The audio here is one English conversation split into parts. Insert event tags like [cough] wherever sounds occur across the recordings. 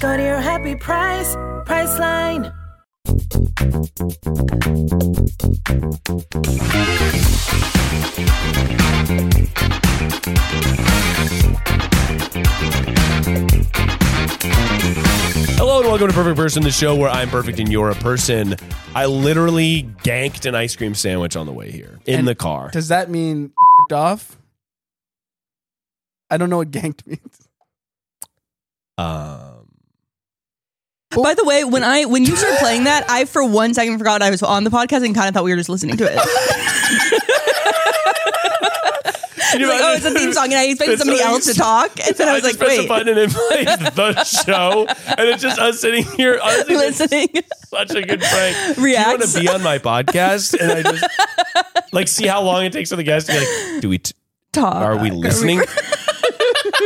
Go to your happy price, Priceline. Hello and welcome to Perfect Person, the show where I'm perfect and you're a person. I literally ganked an ice cream sandwich on the way here in And the car. Does that mean [laughs] off? I don't know what ganked means. [laughs] um, By the way, when I when you started playing that, I for one second forgot I was on the podcast and kind of thought we were just [laughs] listening to it. It's like, oh, it's a theme [laughs] song, and I expected It's somebody so- else to talk, and then I was just like, pressed wait, the button and it plays [laughs] the show, and it's just us sitting here. Honestly, it's [laughs] listening. such a good prank. You want Reacts. to be on my podcast and I just [laughs] like see how long it takes for the guys to be like, do we? T- Talk. are we [laughs] listening?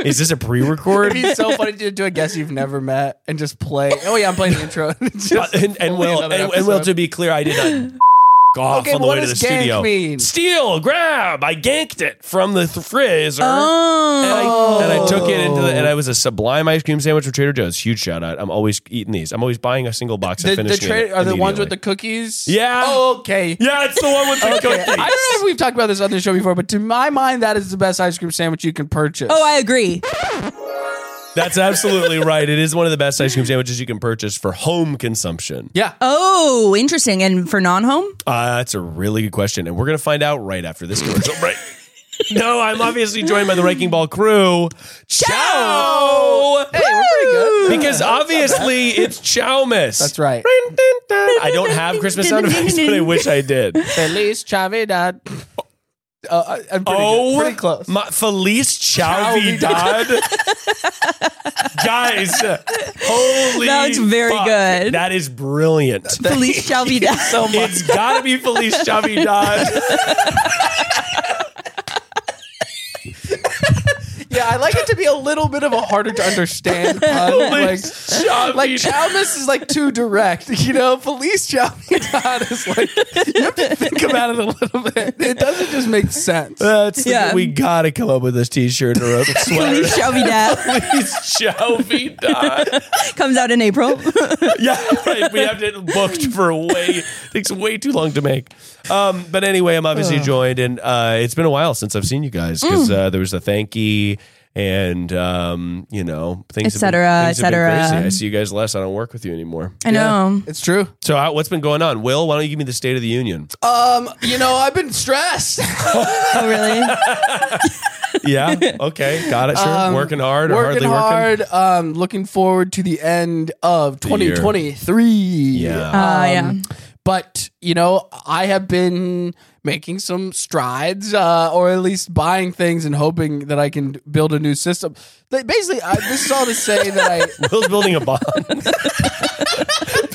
Is this a pre-record? [laughs] It'd be so funny to do a guest you've never met and just play. Oh yeah, I'm playing the intro. [laughs] It's Uh, just and, and fully well, another and, and well, episode. to be clear, I did [laughs] not gank off Okay, on the way but what to the does gank studio. mean? Steal, grab! I ganked it from the th- freezer. And, Oh, I, and I took it into the, and I was a sublime ice cream sandwich from Trader Joe's. Huge shout out! I'm always eating these. I'm always buying a single box and [laughs] The, the finishing tra- it are the ones with the immediately. cookies? Yeah. Oh, okay. yeah, it's the one with the [laughs] Okay. I cookies. don't know if we've talked about this on the show before, but to my mind, that is the best ice cream sandwich you can purchase. oh, I agree. That's absolutely right. It is one of the best ice cream sandwiches you can purchase for home consumption. [laughs] yeah. Oh, interesting. And for non-home, Uh, that's a really good question, and we're gonna find out right after this commercial [laughs] break. No, I'm obviously joined by the Wrecking Ball crew. Ciao! Hey, we're pretty good. Because obviously it's Chowmas. That's right. I don't have Christmas sound effects, but I wish I did. [laughs] Feliz Chavidad. Uh, I- I'm pretty, Oh, good. pretty close. My, Feliz Chowvidad. Guys, holy. That was very fuck. good. That is brilliant. Felice [laughs] Chalvida. [laughs] It's gotta be Feliz [laughs] Chavidad. Yeah, I like it to be a little bit of a harder to [laughs] understand pun. like, Oh like Chalmers is like too direct, you know. Felice Chalmers is like you have to think about it a little bit. It doesn't just make sense. That's the- Yeah. we gotta come up with this T-shirt [laughs] or a sweater. [laughs] Felice Chalvida Feliz Chowvidad. comes out in April. [laughs] Yeah, right. We have it booked for way takes way too long to make. Um, but anyway, I'm obviously joined, and uh, it's been a while since I've seen you guys because Mm. uh, there was a thanky and um, you know things, have been- Etcetera, things have been etcetera. crazy. I see you guys less. I don't work with you anymore. I know. It's true. So uh, what's been going on, Will? Why don't you give me the State of the Union? Um, you know, I've been stressed. Oh, [laughs] really? yeah, okay, got it. Sure, Um, working hard or working hardly working. hard. Um, looking forward to the end of The year. 2023. Yeah. Uh, yeah. Um, But you know, I have been making some strides, uh, or at least buying things and hoping that I can build a new system. But basically, I, this is all to say that I. Will's building a bond. [laughs]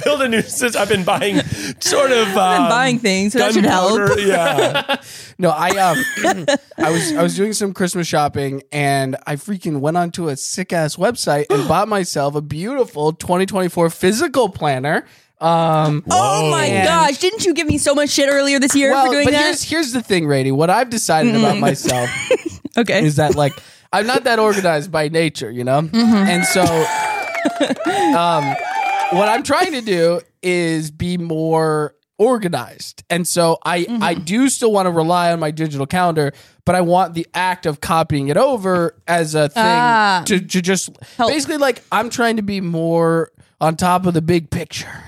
Build a new system. I've been buying sort of. Um, I've been buying things, so that should [laughs] help. gunpowder. Yeah. No, I [laughs] um, I was I was doing some Christmas shopping and I freaking went onto a sick ass website and bought myself a beautiful 2024 physical planner. Um, Oh my gosh! Didn't you give me so much shit earlier this year well, for Oh, doing but that? Mm. here's here's the thing, Rady. What I've decided about [laughs] myself Okay. is that like I'm not that organized by nature, you know? And so um what I'm trying to do is be more organized. And so I I do still want to rely on my digital calendar, but I want the act of copying it over as a thing to, to just basically like I'm trying to be more on top of the big picture.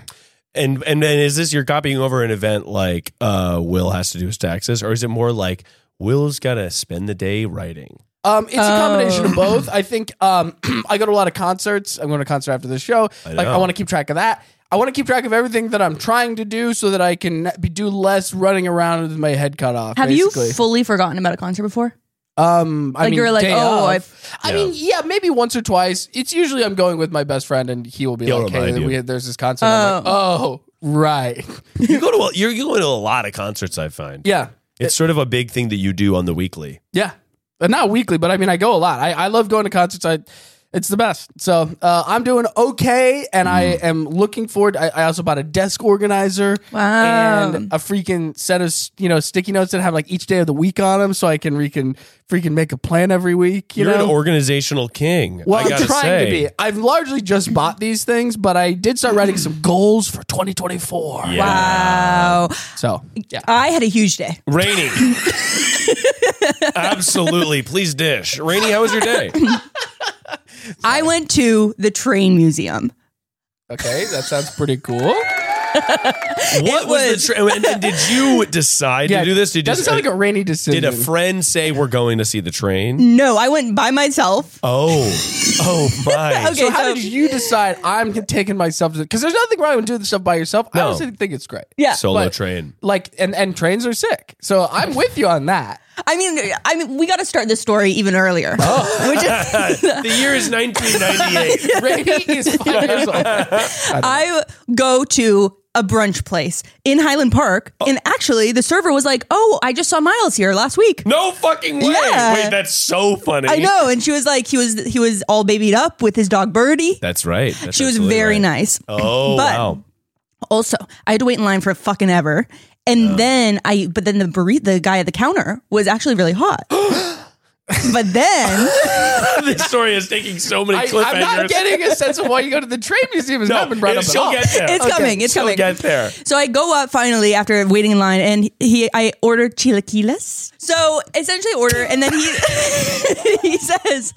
And and then is this you're copying over an event like uh, Will has to do his taxes, or is it more like Will's got to spend the day writing? Um, it's a combination Oh. [laughs] of both. I think um, [clears throat] I go to a lot of concerts. I'm going to a concert after the show. like I know. want to keep track of that. I want to keep track of everything that I'm trying to do so that I can be, do less running around with my head cut off. Have basically. you fully forgotten about a concert before? Um, I Like, mean, you're like, day oh, of. I've- I mean, yeah, maybe once or twice. It's usually I'm going with my best friend, and he will be He'll like, "Hey, remind you. we, there's this concert." I'm like, oh, right, [laughs] You go to a, you're you go to a lot of concerts. I find yeah, it's sort of a big thing that you do on the weekly. yeah. Uh, Not weekly, but I mean, I go a lot. I, I love going to concerts. I, it's the best. So uh, I'm doing okay, and I Mm. am looking forward. I, I also bought a desk organizer Wow. and a freaking set of you know sticky notes that have like each day of the week on them, so I can re- can freaking make a plan every week. You You are know? an organizational king. Well, I I'm gotta trying say. to be. I've largely just bought these things, but I did start writing some goals for 2024. Wow. So, yeah. I had a huge day. [laughs] Rainy. Absolutely. Please dish. Rainy, how was your [laughs] day? I went to the train museum. Okay, that sounds pretty cool. [laughs] What was, was- the tra- and, and did [laughs] you decide to do this? Did you uh, doesn't sound like a rainy decision. did a friend say we're going to see the train? No, I went by myself. Oh, [laughs] oh my! Okay, so, how so- did you decide I'm taking myself? Because there's nothing wrong with doing this stuff by yourself. I No. honestly think it's great. Yeah. Solo But- [laughs] train. Like, and, and trains are sick. So I'm with you on [laughs] that. I mean, I mean, we got to start this story even earlier. Oh. Which is, the year is 1998. Rainy is five years old. I go to a brunch place in Highland Park, Oh. and actually, the server was like, "Oh, I just saw Miles here last week." No fucking way! Yeah. Wait, that's so funny. I know, and she was like, he was he was all babied up with his dog Birdie. That's right. That's she was absolutely very right. nice. Oh But- wow! [laughs] Also, I had to wait in line for fucking ever, and then I but then the burrito, the guy at the counter was actually really hot. but then this story is taking so many I, cliffhangers. I'm not getting a sense of why you go to the train museum. It's not been brought it- up at she'll all. [laughs] get there. it's coming, it's she'll coming. get there. So I go up finally after waiting in line, and he I ordered chilaquiles. So essentially, order, and then he [laughs] he says,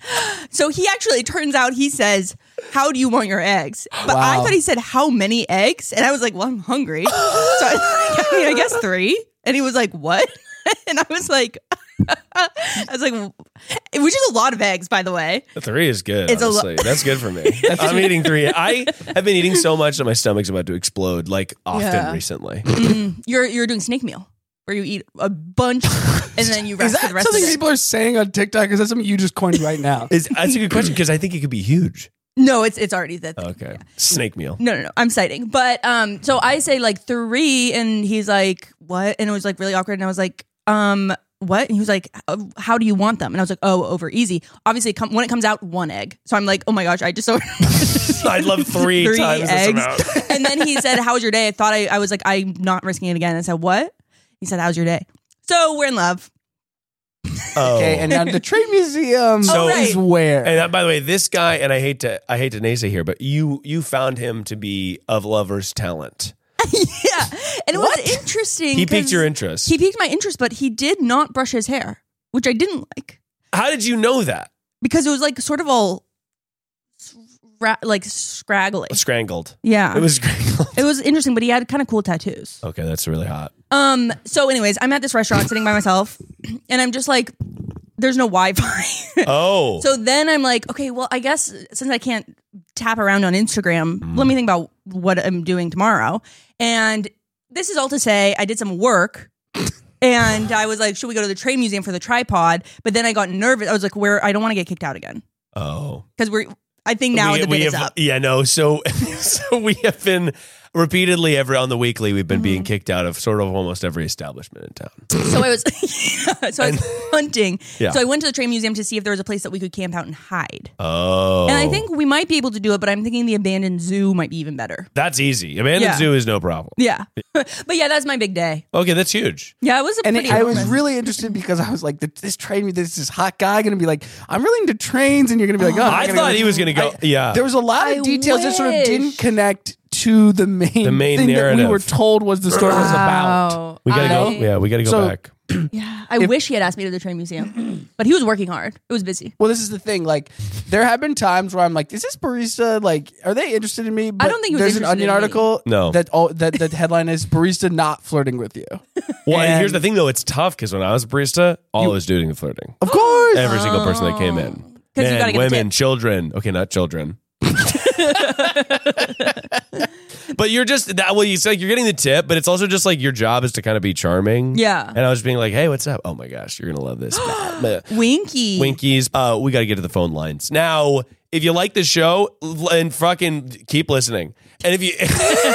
so he actually it turns out he says, "How do you want your eggs?" But I Wow. thought he said, "How many eggs?" And I was like, "Well, I'm hungry, so I, [laughs] I mean, I guess three. And he was like, "What?" [laughs] And I was like, [laughs] I was like, which is a lot of eggs, by the way. Three is good. It's a lo- honestly. That's good [laughs] for me. I'm eating three. I have been eating so much that my stomach's about to explode, like often Yeah. recently. You're you're doing snake meal where you eat a bunch and then you Is rest for that the rest of something the day. people are saying on TikTok? Is that something you just coined [laughs] right now? Is, that's a good question because I think it could be huge. No, it's it's already the thing. Okay. Snake [laughs] meal. No, no, no. I'm citing. But um, so I say like three, and he's like, what? And it was like really awkward. And I was like, um, what? And he was like, uh, how do you want them? And I was like, oh, over easy. Obviously, come, when it comes out, one egg. So I'm like, oh my gosh, I just [laughs] ordered [laughs] I'd love three, three times this eggs. amount. [laughs] and then he said, how was your day? I thought I, I was like, I'm not risking it again. I said, what? He said, how's your day? So we're in love. [laughs] Oh. Okay, and now the train Oh, museum So- is where. And that, by the way, this guy, and I hate to, I hate to naysay here, but you, you found him to be of lovers' talent. Yeah, and it was interesting. He piqued 'cause your interest. He piqued my interest, but he did not brush his hair, which I didn't like. How did you know that? because it was like sort of all sra- like scraggly. Scrangled. Yeah. It was scrangled. [laughs] It was interesting, but he had kind of cool tattoos. Okay, that's really [laughs] hot. Um. So, anyways, I'm at this restaurant sitting by myself, and I'm just like, "There's no Wi-Fi." [laughs] Oh, so then I'm like, "Okay, well, I guess since I can't tap around on Instagram, let Mm. me think about what I'm doing tomorrow." And this is all to say, I did some work. And I was like, should we go to the train museum for the tripod? But then I got nervous. I was like, where I don't want to get kicked out again. oh. Because we're I think now we, the we bid is have, up. [laughs] Yeah, no. So, so we have been repeatedly every on the weekly. We've been Mm-hmm. being kicked out of sort of almost every establishment in town. So I was, [laughs] so I was [laughs] hunting. Yeah. So I went to the train museum to see if there was a place that we could camp out and hide. Oh, And I think we might be able to do it, but I'm thinking the abandoned zoo might be even better. that's easy. Abandoned Yeah. zoo is no problem. Yeah, [laughs] but yeah, that's my big day. Okay, that's huge. Yeah, it was a and pretty. I was enormous- really interested because I was like, this train, this is hot guy going to be like, I'm really into trains, and you're going to be like, oh, I I'm gonna thought go- he was going to go. yeah, There was a lot of I details that sort of wish. didn't connect to the main The main thing that narrative. we were told was the story was about. we gotta go. I- Yeah, we gotta go So- back. Yeah, I wish he had asked me to the train museum, but he was working hard. It was busy. Well, this is the thing. Like, there have been times where I'm like, "Is this barista? Like, are they interested in me?" But don't think he was there's an interested Onion in me. article. No. that all that that headline is barista not flirting with [laughs] you. Well, and And- here's the thing though, it's tough because when I was a barista, all I was doing was flirting. Of course, Every single person that came in, Oh. 'Cause you men, gotta get the [laughs] women, tip. children. Okay, not children. But you're just that well, it's like you're getting the tip, but it's also just like your job is to kind of be charming. Yeah. And I was being like, hey, what's up? Oh my gosh, you're gonna love [gasps] this. Blah, blah. Winky. Winkies. Uh, we gotta get to the phone lines. Now, if you like the show, l- and fucking keep listening. And if you [laughs]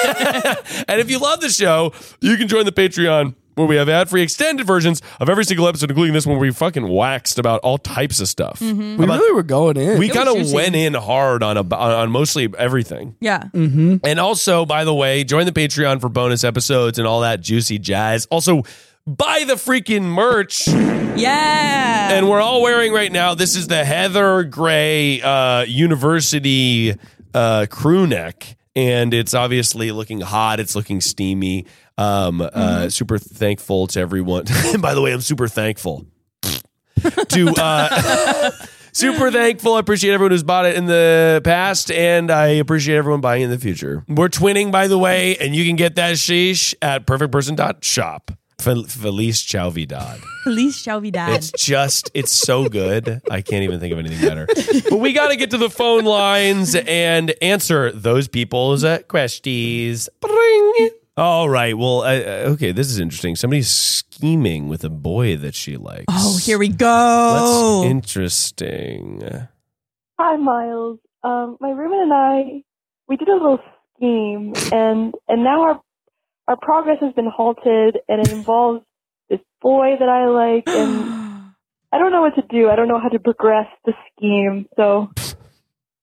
and if you love the show, you can join the Patreon. Where we have ad free extended versions of every single episode, including this one where we fucking waxed about all types of stuff. We really were going in. We kind of juicy. went in hard on, a, on on mostly everything. Yeah. Mm. And also, by the way, join the Patreon for bonus episodes and all that juicy jazz. Also, buy the freaking merch. Yeah. And we're all wearing right now. This is the Heather Gray uh, University uh, crew neck. And it's obviously looking hot. It's looking steamy. Um, uh, super thankful to everyone. [laughs] and by the way, I'm super thankful [laughs] to. Uh, [laughs] Super thankful. I appreciate everyone who's bought it in the past, and I appreciate everyone buying in the future. We're twinning, by the way, and you can get that sheesh at perfectperson.shop. Fel- Felice Chauvidad. Police shall be dad. It's just, it's so good. I can't even think of anything [laughs] better. But we got to get to the phone lines and answer those people's uh, questions. Bring. All right. Well, uh, uh, okay. This is interesting. Somebody's scheming with a boy that she likes. oh, here we That's go. interesting. Hi, Miles. Um, my roommate and I, we did a little scheme, and and now our our progress has been halted, and it involves this boy that I like, and [gasps] I don't know what to do. I don't know how to progress the scheme, so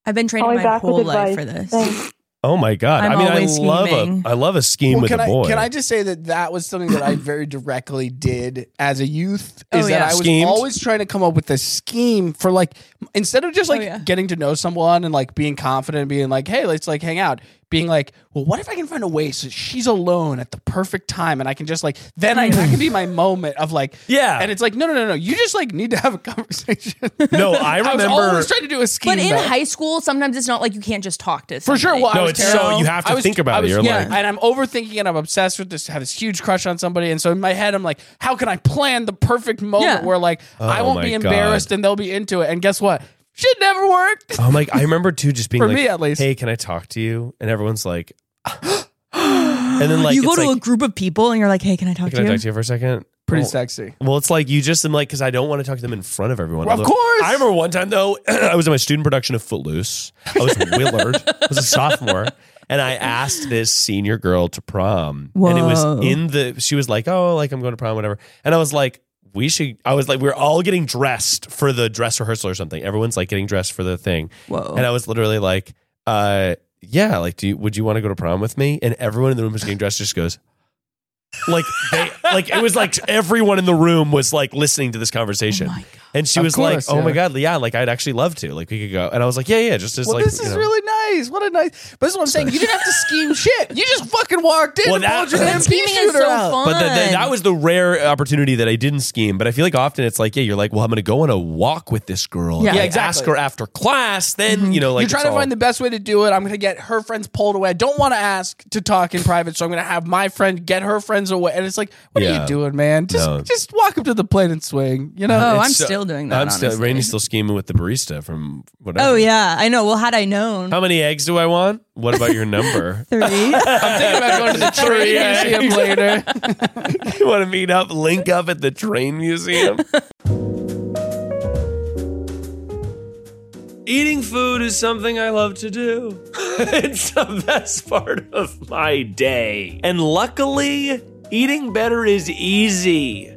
I've been call training me my back whole with life advice. for this. Thanks. Oh my god! I'm I mean, I always love scheming. a I love a scheme Well, with can a boy. I, can I just say that that was something that I very directly did as a youth? Oh, Is that yeah. I was Schemed? always trying to come up with a scheme for like instead of just like Oh, yeah. getting to know someone and like being confident and being like, hey, let's like hang out. Being like, well, what if I can find a way so she's alone at the perfect time and I can just like then I that could be my moment of like [laughs] Yeah. and it's like no no no no you just like need to have a conversation. No, I [laughs] was remember- always trying to do a scheme, But in though. high school, sometimes it's not like you can't just talk to For sure. somebody. Well, I No, was it's terrible. so- you have to I was- think about I it. was- You're yeah, like- and I'm overthinking and I'm obsessed with this. Have this huge crush on somebody, and so in my head, I'm like, how can I plan the perfect moment Yeah. where like I Oh won't my be embarrassed God. and they'll be into it? And guess what? Shit never worked. I'm like, Oh I remember too, just being For like, me, at least. Hey, can I talk to you? And everyone's like, [gasps] and [gasps] then like, you go it's to like, a group of people and you're like, "Hey, can I talk can I to you?" talk to you for a second? [laughs] Oh, Pretty well, sexy. Well, it's like you just am like because I don't want to talk to them in front of everyone. Of course. I remember one time though, [clears throat] I was in my student production of Footloose. I was Willard. I was a sophomore, and I asked this senior girl to prom, and it Whoa. was in the. She was like, "Oh, like I'm going to prom, whatever," and I was like. We should. I was like, we are all getting dressed for the dress rehearsal or something. Everyone's like getting dressed for the thing. Whoa. And I was literally like, uh, yeah, like, do you, would you want to go to prom with me? And everyone in the room was getting dressed just goes, like they, like it was like everyone in the room was like listening to this conversation, Oh my God. and she Of was course, like, "Oh my yeah. god, yeah, like I'd actually love to, like we could go." And I was like, "Yeah, yeah, just as Well, like this you is know. really nice. What a nice. But this is what I'm saying. You didn't have to scheme shit. You just fucking walked in Well, and that- pulled your But damn scheming is shooter so out. fun. But the, the- that was the rare opportunity that I didn't scheme. But I feel like often it's like, yeah, you're like, well, I'm going to go on a walk with this girl. Yeah. Mm-hmm. and, Yeah, like, exactly. Ask her after class. Then you know, like You're trying it's to all- find the best way to do it. I'm going to get her friends pulled away. I don't want to ask to talk in private, so I'm going to have my friend get her friends away. And it's like, what are Yeah. you doing, man? Just No. just walk up to the plane and swing. You know, Oh, It's I'm so- still doing that. I'm still honestly. Rainey's still scheming with the barista from whatever. Oh yeah, I know. Well, had I known, How many eggs do I want? What about your [laughs] number? [laughs] three. I'm thinking about going to the Three tree museum [laughs] later. you want to meet up, link up at the train museum? [laughs] Eating food is something I love to do. [laughs] it's the best part of my day. And luckily, eating better is easy.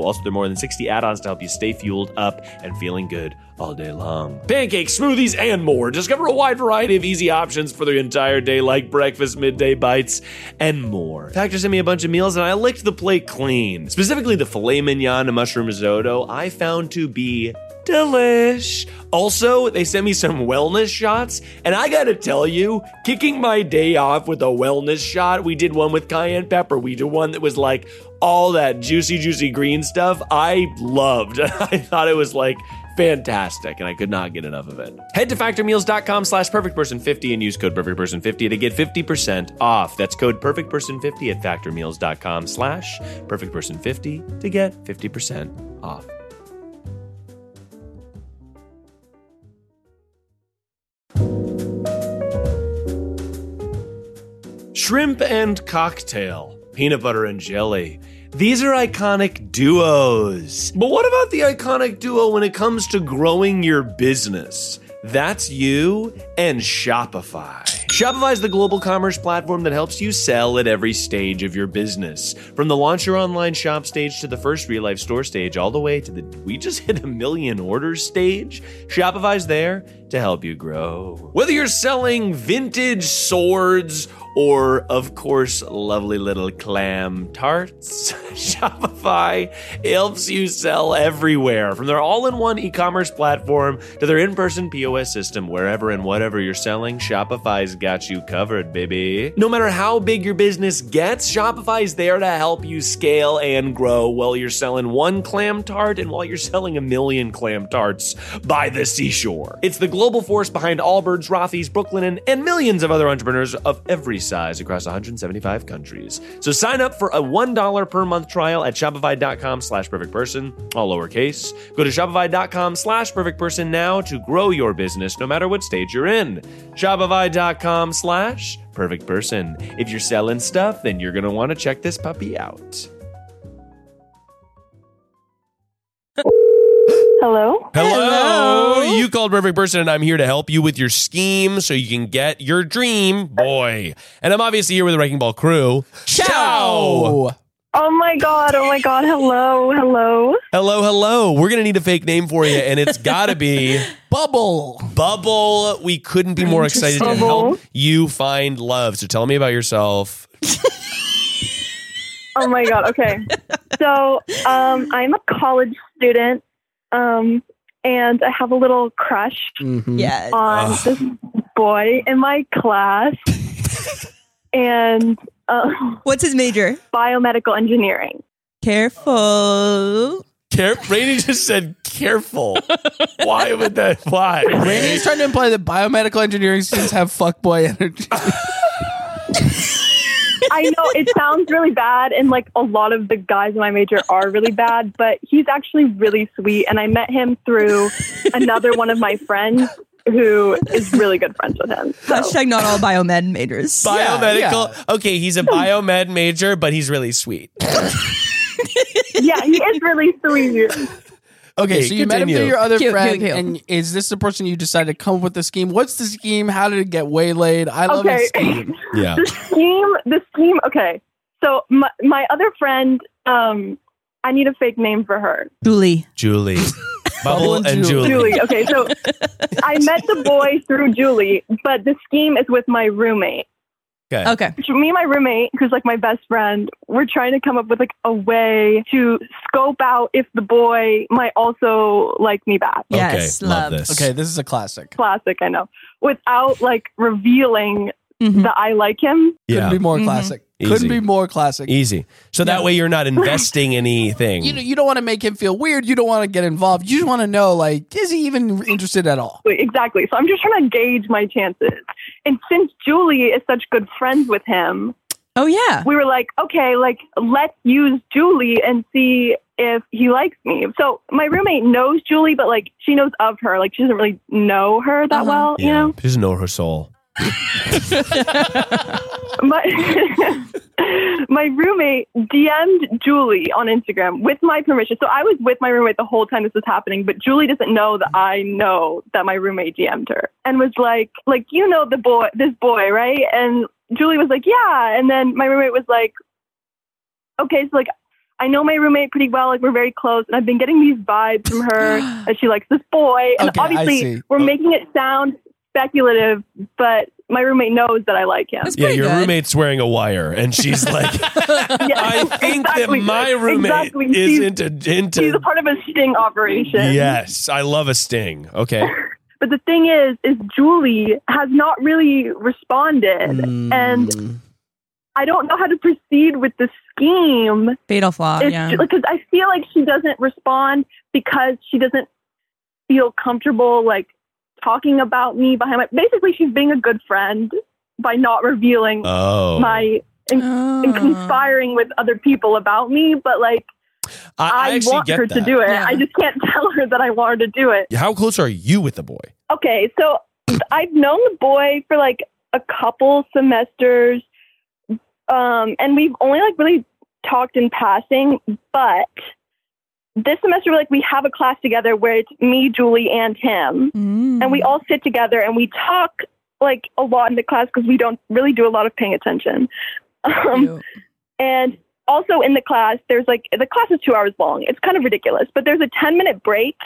Also, there are more than 60 add ons to help you stay fueled up and feeling good all day long. Pancakes, smoothies, and more. Discover a wide variety of easy options for the entire day, like breakfast, midday bites, and more. Factor sent me a bunch of meals, and I licked the plate clean. Specifically, the filet mignon and mushroom risotto I found to be Delish. Also, they sent me some wellness shots, and I gotta tell you, kicking my day off with a wellness shot, we did one with cayenne pepper. We did one that was like all that juicy, juicy green stuff. I loved. [laughs] I thought it was like fantastic, and I could not get enough of it. Head to factormeals.com slash perfectperson50 and use code perfectperson50 to get 50% off. That's code perfectperson50 at factormeals.com slash perfectperson50 to get 50% off. Shrimp and cocktail, peanut butter and jelly. These are iconic duos. But what about the iconic duo when it comes to growing your business? That's you and Shopify. Shopify is the global commerce platform that helps you sell at every stage of your business. From the launch your online shop stage to the first real life store stage, all the way to the we just hit a million orders stage, Shopify's there to help you grow. Whether you're selling vintage swords, or, of course, lovely little clam tarts. [laughs] Shopify helps you sell everywhere, from their all in one e commerce platform to their in person POS system. Wherever and whatever you're selling, Shopify's got you covered, baby. No matter how big your business gets, Shopify's there to help you scale and grow while you're selling one clam tart and while you're selling a million clam tarts by the seashore. It's the global force behind Allbirds, Rothy's, Brooklyn, and, and millions of other entrepreneurs of every size across 175 countries. So sign up for a $1 per month trial at Shopify.com slash perfect person, all lowercase. Go to Shopify.com slash perfect person now to grow your business no matter what stage you're in. Shopify.com slash perfect person. If you're selling stuff, then you're going to want to check this puppy out. Hello? Hello. You called Perfect Person, and I'm here to help you with your scheme so you can get your dream boy. And I'm obviously here with the Wrecking Ball crew. Ciao. Ciao. Oh my god, oh my god, hello, hello. Hello, hello. We're going to need a fake name for you, and it's [laughs] got to be Bubble. Bubble. We couldn't be more excited to Interesting. help you find love. So tell me about yourself. Oh my god. [laughs] Okay. So um, I'm a college student, um, and I have a little crush Yes. on this boy in my class, and uh, What's his major? biomedical engineering. Careful. Care- Rainey just said careful. why would that? Why? He's trying to imply that biomedical engineering students have fuckboy energy. I know it sounds really bad, and like a lot of the guys in my major are really bad, but he's actually really sweet, and I met him through another one of my friends who is really good friends with him. So. Hashtag not all biomed majors. Biomedical. Okay, he's a biomed major, but he's really sweet. Yeah, he is really sweet. Okay, Okay, so you met him through continue. your other Cute, friend, cute, cute. and is this the person you decided to come up with the scheme? What's the scheme? How did it get waylaid? I love a Okay. scheme. Yeah. the scheme the scheme okay so my, my other friend um i need a fake name for her Julie. Julie. Bubble and and Julie. Julie. julie okay so i met the boy through julie but the scheme is with my roommate Okay. Which me and my roommate who's like my best friend we're trying to come up with like a way to scope out if the boy might also like me back Yes. okay, love, love. this. Okay, this is a classic. classic i know without like revealing Mhm. that i like him Couldn't yeah, be more Mhm. classic. Easy. Couldn't be more classic. easy. So that way you're [laughs] not investing anything. You know, you don't want to make him feel weird. You don't want to get involved. You just want to know, like, is he even interested at all? Wait, Exactly. So I'm just trying to gauge my chances. And since Julie is such good friends with him, Oh yeah. we were like, okay, like let's use Julie and see if he likes me. So my roommate knows Julie, but like she knows of her. Like she doesn't really know her that Uh-huh. well, you Yeah, know? she doesn't know her soul. But [laughs] my roommate DM'd Julie on Instagram with my permission. So I was with my roommate the whole time this was happening, but Julie doesn't know that I know that my roommate DM'd her and was like, like, you know the boy this boy, right? And Julie was like, Yeah. And then my roommate was like, Okay, so like I know my roommate pretty well, like we're very close, and [gasps] I've been getting these vibes from her that she likes this boy. And Okay, I obviously see. Oh. we're making it sound speculative, but my roommate knows that I like him. That's Yeah, pretty your good. roommate's wearing a wire, and [laughs] she's like, I [laughs] think exactly. that my roommate Exactly. is She's- into into. He's a part of a sting operation. Yes, I love a sting. [laughs] Okay, But the thing is, is Julie has not really responded, Mm. and I don't know how to proceed with the scheme. Fatal flaw. It's Oh, yeah. ju- because I feel like she doesn't respond because she doesn't feel comfortable like talking about me behind my. Basically, she's being a good friend by not revealing oh, my and, Oh. and conspiring with other people about me. But like, I, actually want get her to that. do it. Yeah. I just can't [laughs] tell her that I want her to do it. How close are you with the boy? Okay, so I've known the boy for like a couple semesters, um, and we've only like really talked in passing. But this semester, like we have a class together where it's me, Julie, and him, Mm. and we all sit together and we talk like a lot in the class because we don't really do a lot of paying attention. [laughs] Um, Cute. and also in the class, there's like the class is two hours long. It's kind of ridiculous, but there's a 10 minute break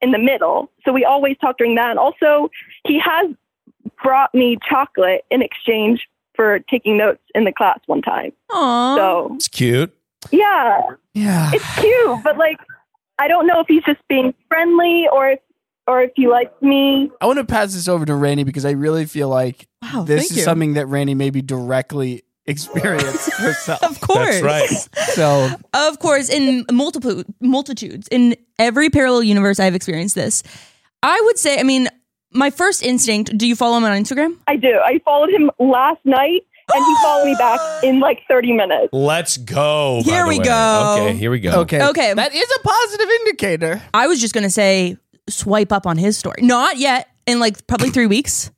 in the middle. So we always talk during that. And also, he has brought me chocolate in exchange for taking notes in the class one time. Aw. So, It's cute. yeah, Yeah. it's cute, but like, I don't know if he's just being friendly or if, or if he likes me. I want to pass this over to Rainey because I really feel like Wow, this Oh, thank is you. something that Rainey maybe directly experienced [laughs] herself. Of course. That's right. So Of course, in multiple multitudes, in every parallel universe, I've experienced this. I would say, I mean, my first instinct. Do you follow him on Instagram? I do. I followed him last night and he followed me back in like 30 minutes. Let's go. by Here the we way. go. Okay, here we go. okay, Okay. that is a positive indicator. I was just gonna say swipe up on his story. Not yet. In like probably three weeks,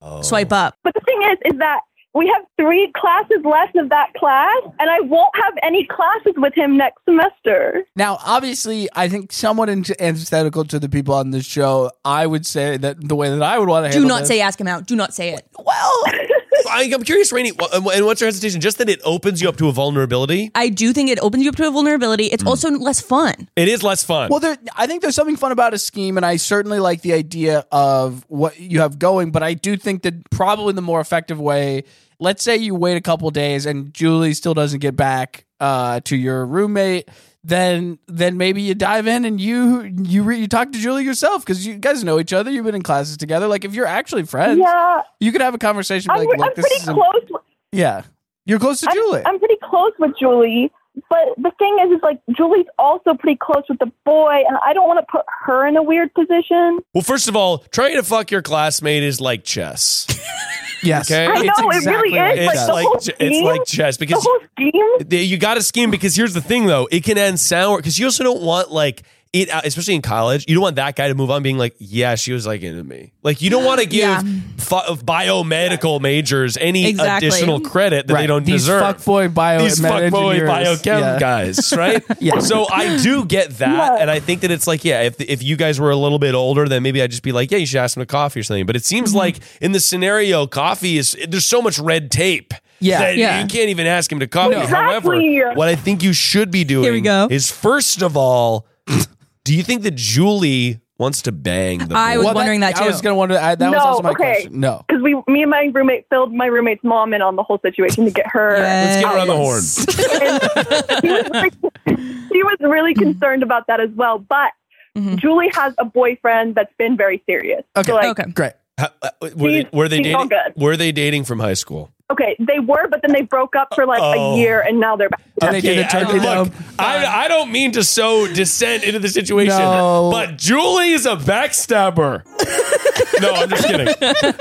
Oh. swipe up. But the thing is, is that we have three classes left of that class, and I won't have any classes with him next semester. Now, obviously, I think somewhat in- antithetical to the people on this show. I would say that the way that I would want to Do not say ask him out. Do not say it. well. I, am curious, Rainey, wh- and what's your hesitation? Just that it opens you up to a vulnerability. I do think it opens you up to a vulnerability. Mm. It's also less fun. It is less fun. Well, there, I think there's something fun about a scheme, and I certainly like the idea of what you have going. But I do think that probably the more effective way, let's say you wait a couple days and Julie still doesn't get back uh, to your roommate, then then maybe you dive in and you you re, you talk to Julie yourself because you guys know each other. You've been in classes together. Like if you're actually friends, Yeah, you could have a conversation. I'm, Like, I'm look, this pretty is close. with- yeah, you're close to Julie. I'm, I'm pretty close with Julie, but the thing is, is like Julie's also pretty close with the boy, and I don't want to put her in a weird position. Well, first of all, trying to fuck your classmate is like chess. yes, Okay. I It's know exactly it really like is. Like, that. It's the like whole ch- scheme- it's like chess the because whole scheme. They- you got to scheme because here's the thing though it can end sour because you also don't want like it uh, especially in college you don't want that guy to move on being like yeah she was like into me like you don't want to [gasps] give Yeah. fu- of biomedical majors any Exactly. additional credit that they don't These deserve fuckboy bio these fuckboy engineers. biochem Yeah. guys, right? Yeah. So I do get that, Yeah. and I think that it's like, yeah, if if you guys were a little bit older, then maybe I'd just be like, yeah, you should ask him to coffee or something. But it seems Mm-hmm. like in the scenario, coffee is there's so much red tape. Yeah. that Yeah. you can't even ask him to coffee. Exactly. However, what I think you should be doing Here we go. is first of all, do you think that Julie wants to bang the I boy? was wondering that, I too. was going to wonder. I, that was No, also my okay. question. No. Because we, me and my roommate filled my roommate's mom in on the whole situation to get her. Let's get her on the [laughs] horn. she was like, she was really concerned about that as well. But Mhm. Julie has a boyfriend that's been very serious. Okay. So like, Okay. Great. How- uh, were, they, She's- were they she's all dating? good. Were they dating from high school? okay, they were, but then they broke up for like Oh. a year, and now they're back. Did they do the Yeah, I- turkey look, dome? I, I don't mean to sow dissent into the situation, No. but Julie is a backstabber. [laughs] no, I'm just kidding.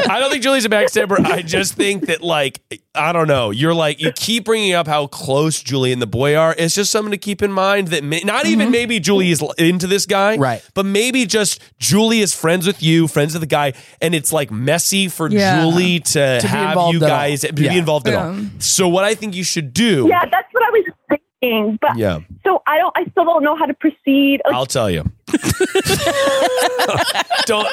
I don't think Julie's a backstabber. I just think that, like, I don't know. You're like, you keep bringing up how close Julie and the boy are. It's just something to keep in mind that may, not even maybe Julie is l- into this guy, Mm-hmm. Right. But maybe just Julie is friends with you, friends with the guy, and it's like messy for Yeah. Julie to, be have involved you at all. guys to Yeah. be involved at all. Yeah. So what I think you should do, Yeah, that's what I was thinking. But Yeah. so I don't, I still don't [laughs] know how to proceed. Like, I'll tell you. Don't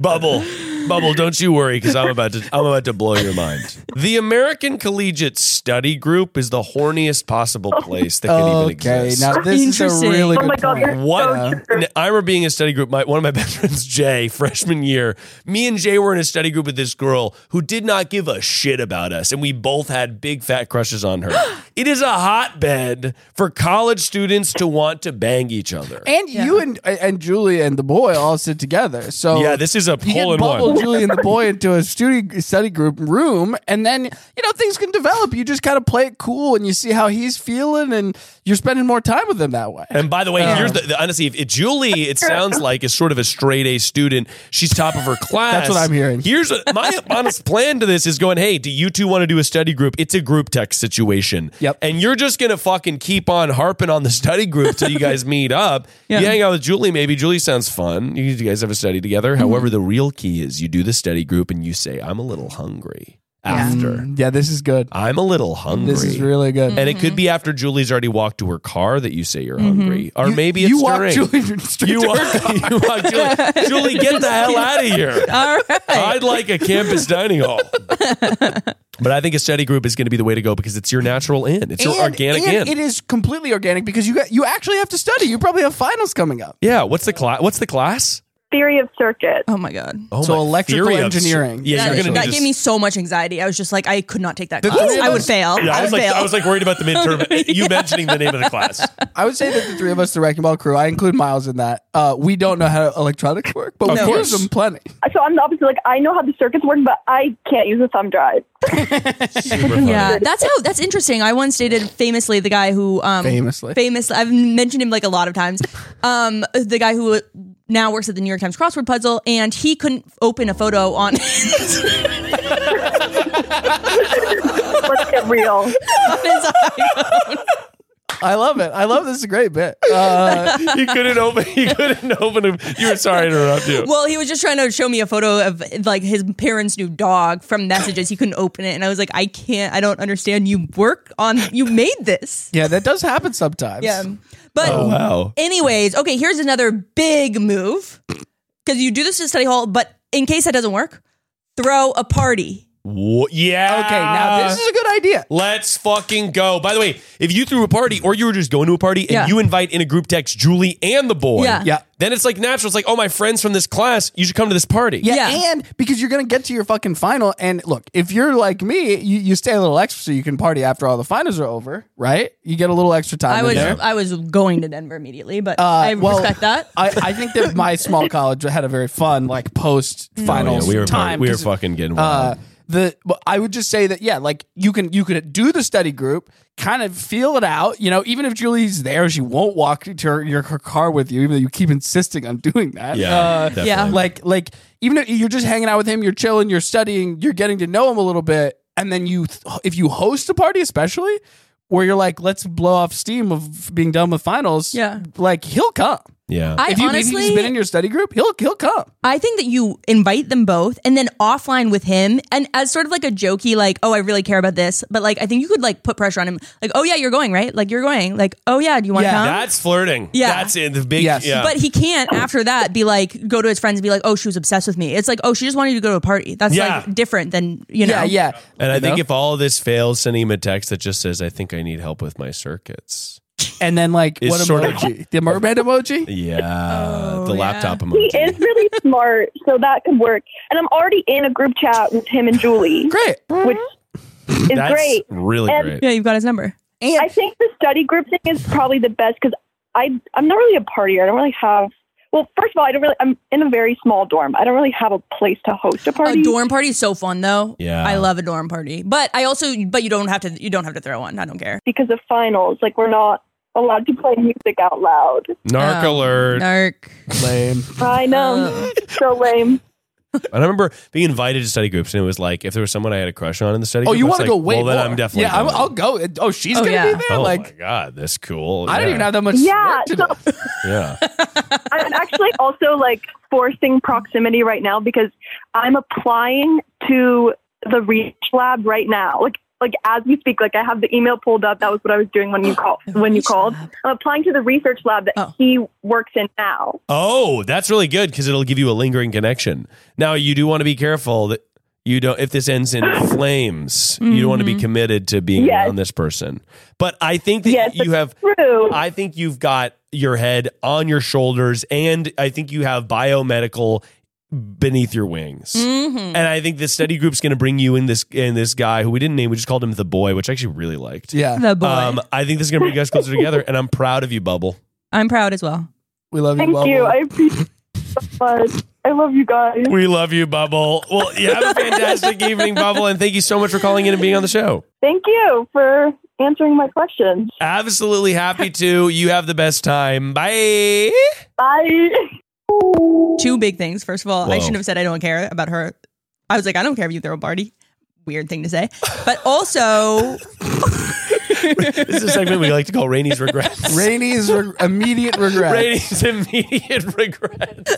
Bubble, bubble, don't you worry because I'm about to I'm about to blow your mind. The American Collegiate Study Group is the horniest possible place that can even Okay, exist. now Uh-huh. this is a Interesting. really Oh good my God, point. you're- What Oh, N- I remember being in a study group. My, one of my [laughs] best friends, Jay, freshman year, me and Jay were in a study group with this girl who did not give a shit about us, and we both had big fat crushes on her. [gasps] it is a hotbed for college students to want to bang each other. And you and and Julie and the boy all sit together. So yeah, this is a you hole get in bubble one. Julie and the boy into a study study group room, and then you know things can develop. You just kind of play it cool, and you see how he's feeling, and you're spending more time with him that way. And by the way, Oh. here's the, the honestly, if, if Julie, it sounds like is sort of a straight A student. She's top [laughs] of her class. That's what I'm hearing. Here's a, my [laughs] honest plan to this is going. Hey, do you two want to do a study group? It's a group text situation. Yep. And you're just gonna fucking keep on harping on the study group till you [laughs] guys meet up. Yeah. You hang out with Julie. Maybe Julie sounds fun. You you guys have a study together. Mm-hmm. However, the real key is you do the study group and you say, "I'm a little hungry." After Mm, Yeah, this is good. I'm a little hungry. This is really good. And it could be after Julie's already walked to her car that you say you're hungry, or maybe it's Mm-hmm. you walk during. [laughs] Julie straight you to walk, [laughs] you walk [laughs] Julie. Julie, get the hell out of here! All right. I'd like a campus dining [laughs] hall. but I think a study group is going to be the way to go because it's your natural in. It's your And- organic in. and It is completely organic because you got you actually have to study. You probably have finals coming up. yeah. What's the class? What's the class? Theory of circuit. Oh my god. Oh, So my electrical theory of- engineering. yeah, That, you're going to that do gave me so much anxiety. I was just like, I could not take that The class. three of I would us- fail. Yeah, I was would like, fail. I was like worried about the [laughs] midterm. You mentioning the name of the class. I would say that the three of us, the Wrecking Ball crew, I include Miles in that. Uh, we don't know how electronics work, but we Of use course. them plenty. So I'm the opposite. Like I know how the circuits work, but I can't use a thumb drive. Super fun. Yeah, that's how. That's interesting. I once dated famously the guy who um, Famously. famous. I've mentioned him like a lot of times. Um, the guy who now works at the New York Times crossword puzzle, and he couldn't open a photo on. [laughs] Let's get real. I love it. I love this. is a great bit. Uh, You couldn't open. [laughs] You couldn't open. A, you were sorry to interrupt you. well, he was just trying to show me a photo of like his parents' new dog from messages. He couldn't open it, and I was like, I can't. I don't understand. You work on. You made this. yeah, that does happen sometimes. Yeah, but oh wow. Anyways, okay, here's another big move because you do this in study hall, but in case that doesn't work, throw a party. Wha- yeah. Okay, now this is a good idea. Let's fucking go. By the way, if you threw a party or you were just going to a party and Yeah. you invite in a group text Julie and the boy, Yeah. Yeah. then it's like natural. It's like, oh, my friends from this class, you should come to this party. Yeah, Yeah. and because you're gonna get to your fucking final, and look, if you're like me, you, you stay a little extra so you can party after all the finals are over, right? You get a little extra time. I in was there. I was going to Denver immediately, but Uh, I well, respect that. I, I think that my small college had a very fun like post finals Oh, we were time. we were 'cause, fucking getting uh, the but I would just say that yeah, like you can you could do the study group, kind of feel it out. You know, even if Julie's there, she won't walk to her, your her car with you, even though you keep insisting on doing that. Yeah, Uh, definitely. yeah. like like even if you're just hanging out with him, you're chilling, you're studying, you're getting to know him a little bit, and then you if you host a party, especially where you're like, let's blow off steam of being done with finals. Yeah. like he'll come yeah. I if you if honestly, he's been in your study group, he'll he'll come. I think that you invite them both and then offline with him and as sort of like a jokey, like, oh, I really care about this, but like, I think you could like put pressure on him, like, oh yeah, you're going, right? Like, you're going, like, oh yeah, do you want to Yeah. come? That's flirting. Yeah. That's in the big. Yes. Yeah. but he can't after that be like go to his friends and be like oh she was obsessed with me it's like oh she just wanted you to go to a party that's Yeah. like different than you know Yeah, yeah. and I You think know? if all of this fails, send him a text that just says, I think I need help with my circuits. and then like It's what sort of- emoji? the mermaid [laughs] emoji? Yeah. the laptop [laughs] He emoji. is really smart, so that could work. And I'm already in a group chat with him and Julie, Great. which is That's great. really And- great. yeah you've got his number And I think the study group thing is probably the best because I I'm not really a partier. I don't really have. Well, first of all, I don't really. I'm in a very small dorm. I don't really have a place to host a party. a dorm party is so fun though Yeah. i love a dorm party but i also but you don't have to you don't have to throw one i don't care because of finals. Like we're not allowed to play music out loud. Narc Oh. alert. narc lame. I know, so lame. And I remember being invited to study groups, and it was like if there was someone I had a crush on in the study Oh, group. you it's want to like, go way Well, more? then I'm definitely. yeah. I'm, going. I'll go. Oh, she's Oh, gonna yeah. be there. Oh my like god, this cool. I don't Yeah. even have that much. Yeah, work to so- do. [laughs] Yeah, I'm actually also like forcing proximity right now because I'm applying to the reach lab right now. Like like as we speak, like I have the email pulled up. That was what I was doing when you called. Oh, The When you research called, lab. I'm applying to the research lab that Oh. he works in now. Oh, that's really good because it'll give you a lingering connection. Now you do want to be careful that you don't if this ends in flames, you don't want to Mm-hmm. be committed to being Yes. around this person. But I think that Yes, you have True. I think you've got your head on your shoulders and I think you have biomedical beneath your wings. Mm-hmm. And I think this study group's going to bring you in this in this guy who we didn't name, we just called him the boy, which I actually really liked. Yeah. The boy. Um, I think this is going to bring you guys closer together, and I'm proud of you, Bubble. I'm proud as well. We love you. Thank Bubble. you. I appreciate it so much. I love you guys. We love you, Bubble. Well, you have a [laughs] fantastic evening, Bubble, and thank you so much for calling in and being on the show. Thank you for answering my questions. Absolutely happy to. You have the best time. Bye. Bye. Two big things. First of all, Whoa. I shouldn't have said I don't care about her. I was like, I don't care if you throw a party. Weird thing to say. But also, [laughs] This is a segment we like to call Rainey's [laughs] Regrets. Rainey's re- immediate [laughs] regret. Rainey's immediate regrets.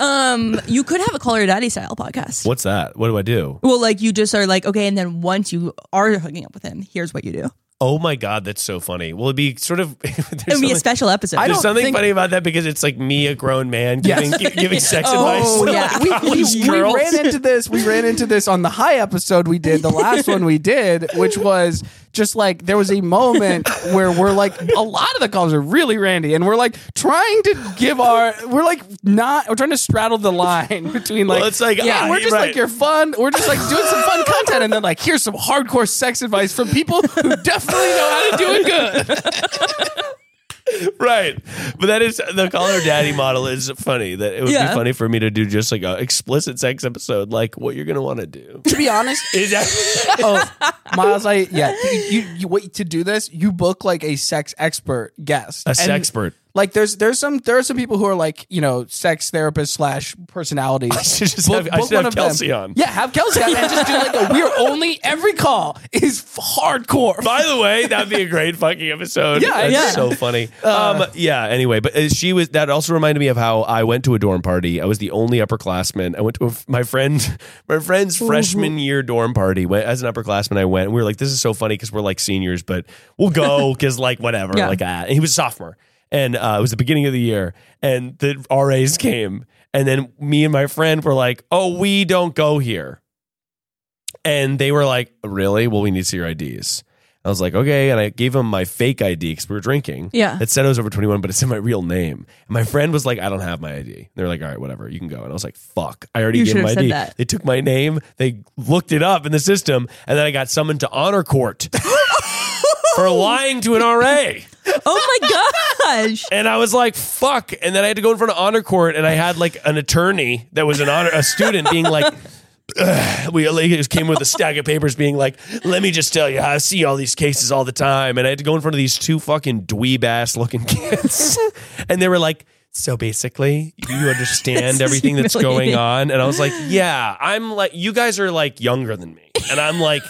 um, you could have a Call Your Daddy style podcast. What's that? What do I do? Well, like you just are like, okay, and then once you are hooking up with him, here's what you do. Oh my God, that's so funny. Well, it'd be sort of. [laughs] there's It would be a something- special episode. I There's don't something think- funny about that because it's like me, a grown man, giving gi- giving sex Oh, advice. yeah. to like we, college we girls. ran into this. We ran into this on the high episode we did, the last one we did, which was just like there was a moment where we're like a lot of the calls are really randy, and we're like trying to give our we're like not we're trying to straddle the line between like Well, it's like, yeah ah, we're just right. like you're fun we're just like doing some fun content, and then like here's some hardcore sex advice from people who definitely know how to do it good. [laughs] right. But that is the caller daddy model is funny. That it would be Yeah. funny for me to do just like a explicit sex episode, like what you're gonna want to do. to be honest, Is that oh, Miles, I yeah. You, you, you wait to do this. You book like a sex expert guest. a And, sexpert? Like there's there's some there are some people who are like you know sex therapists slash personalities. I should just have- [laughs] I should have Kelsey on. Yeah, have Kelsey on and just do [laughs] like a we're only every call is f- hardcore. By the way, that'd be a great fucking episode. Yeah, That's yeah. so funny. um, yeah. Anyway, but uh, she was. That also reminded me of how I went to a dorm party. I was the only upperclassman. I went to a, my friend, [laughs] my friend's Mm-hmm. freshman year dorm party. Went, as an upperclassman, I went. And we were like, "This is so funny because we're like seniors, but we'll [laughs] go because like whatever, Yeah. like ah." And he was a sophomore, and uh, it was the beginning of the year, and the RAs came, and then me and my friend were like, "Oh, we don't go here." And they were like, Really? Well, we need to see your IDs. I was like, Okay. And I gave them my fake ID because we were drinking. Yeah. It said I was over 21, but it's in my real name. And my friend was like, I don't have my ID. They were like, All right, whatever. You can go. And I was like, Fuck. I already You gave should my have ID. said that. They took my name, they looked it up in the system, and then I got summoned to honor court [laughs] for lying to an RA. oh [laughs] my gosh. And I was like, fuck. And then I had to go in front of honor court and I had like an attorney that was an honor, a student being like, "Ugh." we like, just came with a stack of papers being like, let me just tell you, I see all these cases all the time. And I had to go in front of these two fucking dweeb ass looking [laughs] kids. and they were like, so basically, you understand everything that's going humiliating. on. And I was like, yeah, I'm like, you guys are like younger than me. And I'm like,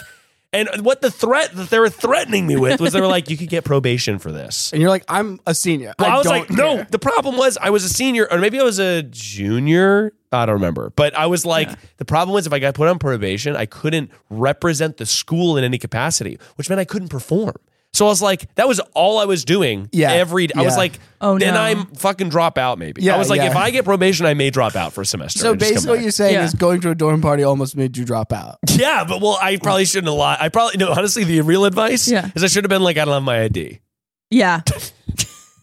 and what the threat that they were threatening me with was they were like, you could get probation for this. and you're like, I'm a senior. Well, I, was don't like, no. [laughs] care. The problem was I was a senior, or maybe I was a junior. I don't remember. But I was like, the problem was if I got put on probation, I couldn't represent the school in any capacity, which meant I couldn't perform. So I was like, that was all I was doing. Yeah. Every I was Yeah. like, Oh, then no. I'm fucking drop out. Maybe. I Yeah, was like, yeah. if I get probation, I may drop out for a semester. So and just come basically, what back. you're saying Yeah. is going to a dorm party almost made you drop out. yeah, but well, I probably shouldn't have lied. I probably no. Honestly, the real advice Yeah. is I should have been like, I don't have my ID. Yeah.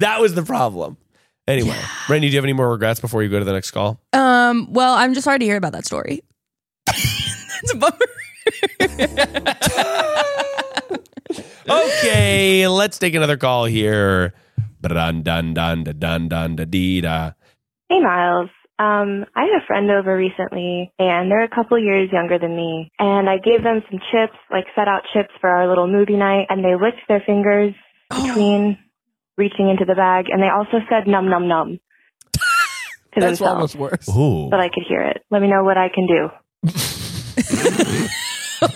That was the problem. Anyway, Randy, do you have any more regrets before you go to the next call? Um, well, I'm just sorry to hear about that story. [laughs] That's a bummer. [laughs] Okay, let's take another call here. Dun dun dun da dun dun da dee da. Hey, Miles. Um, I had a friend over recently, and they're a couple years younger than me. And I gave them some chips, like set out chips for our little movie night, and they licked their fingers Oh. between reaching into the bag, and they also said num num [laughs] num to That's themselves. almost worse. Ooh. But I could hear it. Let me know what I can do. [laughs]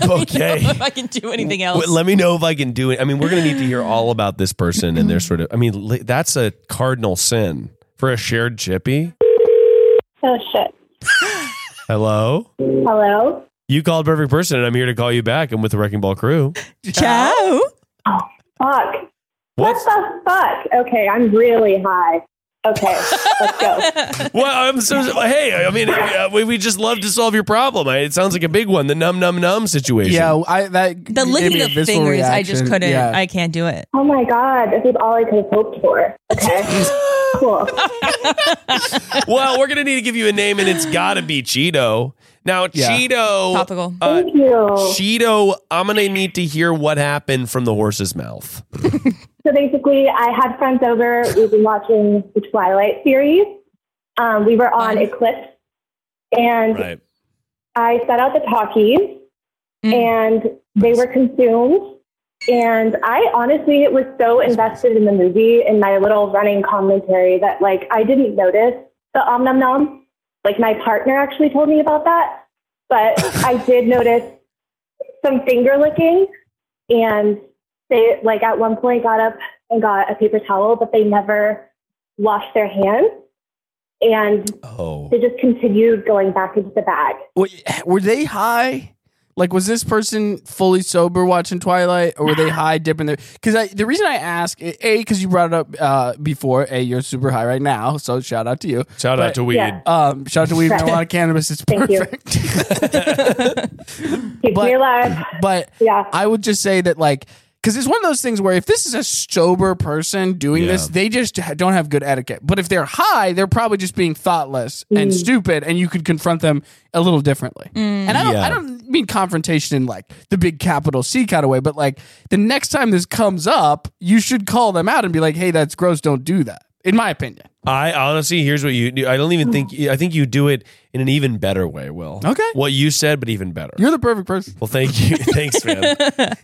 Okay. if I can do anything else. Wait, let me know if I can do it. I mean, we're going to need to hear all about this person and their sort of. I mean, li- that's a cardinal sin for a shared chippy. Oh shit. Hello? Hello? You called perfect person, and I'm here to call you back. I'm with the Wrecking Ball crew. Ciao. Fuck. [laughs] What What? the fuck? Okay, I'm really high. Okay, let's go. [laughs] well, I'm so, hey, I mean, uh, we, we just love to solve your problem. I, it sounds like a big one, the num num num situation. Yeah, I that The gave licking me a of visceral fingers, I just reaction. couldn't. Yeah. I can't do it. Oh my god, this is all I could have hoped for. [laughs] Okay, cool. well, we're gonna need to give you a name, and it's gotta be Cheeto. Now, Yeah. Cheeto, Topical. uh, Thank you. Cheeto, I'm gonna need to hear what happened from the horse's mouth. So basically, I had friends over. We've been watching the Twilight series. Um, we were on Fun. Eclipse, and Right. I set out the talkies, Mm. and they were consumed. And I honestly was so invested in the movie and my little running commentary that like I didn't notice the om nom nom. Like my partner actually told me about that, but I did notice some finger licking, and they like at one point got up and got a paper towel, but they never washed their hands, and Oh. they just continued going back into the bag. Wait, were they high? Like, was this person fully sober watching Twilight, or were [laughs] they high dipping their? Because the reason I ask, a, because you brought it up uh, before, a, you're super high right now, so shout out to you. Shout out But- to Weed. Yeah. Um, shout out to weed, [laughs] Right. marijuana, cannabis. It's Thank you. perfect. [laughs] Keeps But- me alive. but Yeah. I would just say that, like, because it's one of those things where if this is a sober person doing this, Yeah. they just ha- don't have good etiquette. But if they're high, they're probably just being thoughtless and stupid, and you could confront them a little differently. And I don't, Yeah. I don't mean confrontation in like the big capital C kind of way, but like the next time this comes up, you should call them out and be like, "Hey, that's gross. Don't do that." In my opinion. I honestly, here's what you do. I don't even think. I think you do it in an even better way. Will. Okay. What you said, but even better. You're the perfect person. Well, thank you. [laughs] Thanks, man.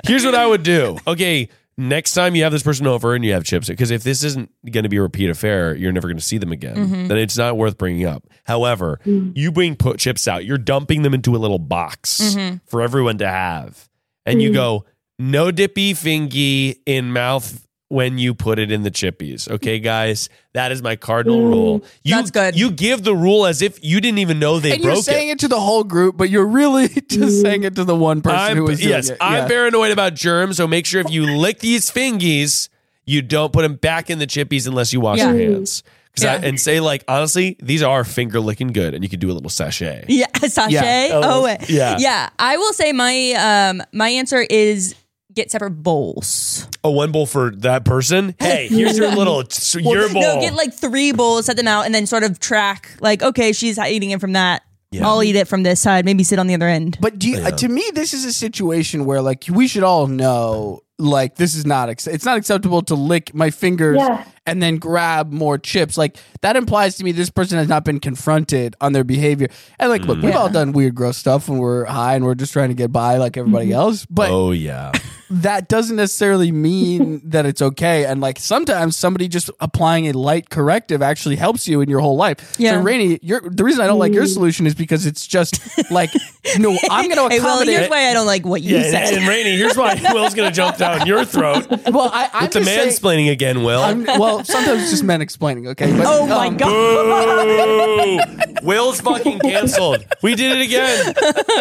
Here's what I would do. Okay, next time you have this person over and you have chips, because if this isn't going to be a repeat affair, you're never going to see them again. Then it's not worth bringing up. However, you bring put chips out, you're dumping them into a little box for everyone to have, and you go no dippy fingy in mouth when you put it in the chippies. Okay, guys, that is my cardinal rule. You, That's good. You give the rule as if you didn't even know they and broke you're it. saying it. to the whole group, but you're really [laughs] just saying it to the one person I'm, who was doing yes, it. I'm Yeah. paranoid about germs, so make sure if you lick these fingies, you don't put them back in the chippies unless you wash Yeah. your hands. 'Cause I- Yeah. and say like honestly, these are finger licking good, and you could do a little sachet. Yeah, [laughs] sachet. Oh, Oh, wait. yeah. yeah. I will say my um my answer is get separate bowls. Oh, one bowl for that person. Hey, here's your little s- your bowl. No, get like three bowls, set them out, and then sort of track. Like, okay, she's eating it from that. I'll eat it from this side. Maybe sit on the other end. But do you, uh, to me, this is a situation where like we should all know like this is not ac- it's not acceptable to lick my fingers Yeah. and then grab more chips. Like that implies to me this person has not been confronted on their behavior. And like, look, we've all done weird, gross stuff when we're high and we're just trying to get by like everybody else. But oh yeah, that doesn't necessarily [laughs] mean that it's okay. And like sometimes somebody just applying a light corrective actually helps you in your whole life. Yeah. Mm. So Rainey, your the reason I don't like your solution is because it's [laughs] just like no, I'm going to Hey, well, accommodate. here's why I don't like what you yeah. said. And, and Rainey, here's why [laughs] Will's gonna jump down your throat. well, I, I'm It's a just saying- mansplaining again, Will. I'm- well, sometimes it's just men explaining. [laughs] Okay. But, oh my um, god! Boo! Will's fucking canceled. We did it again.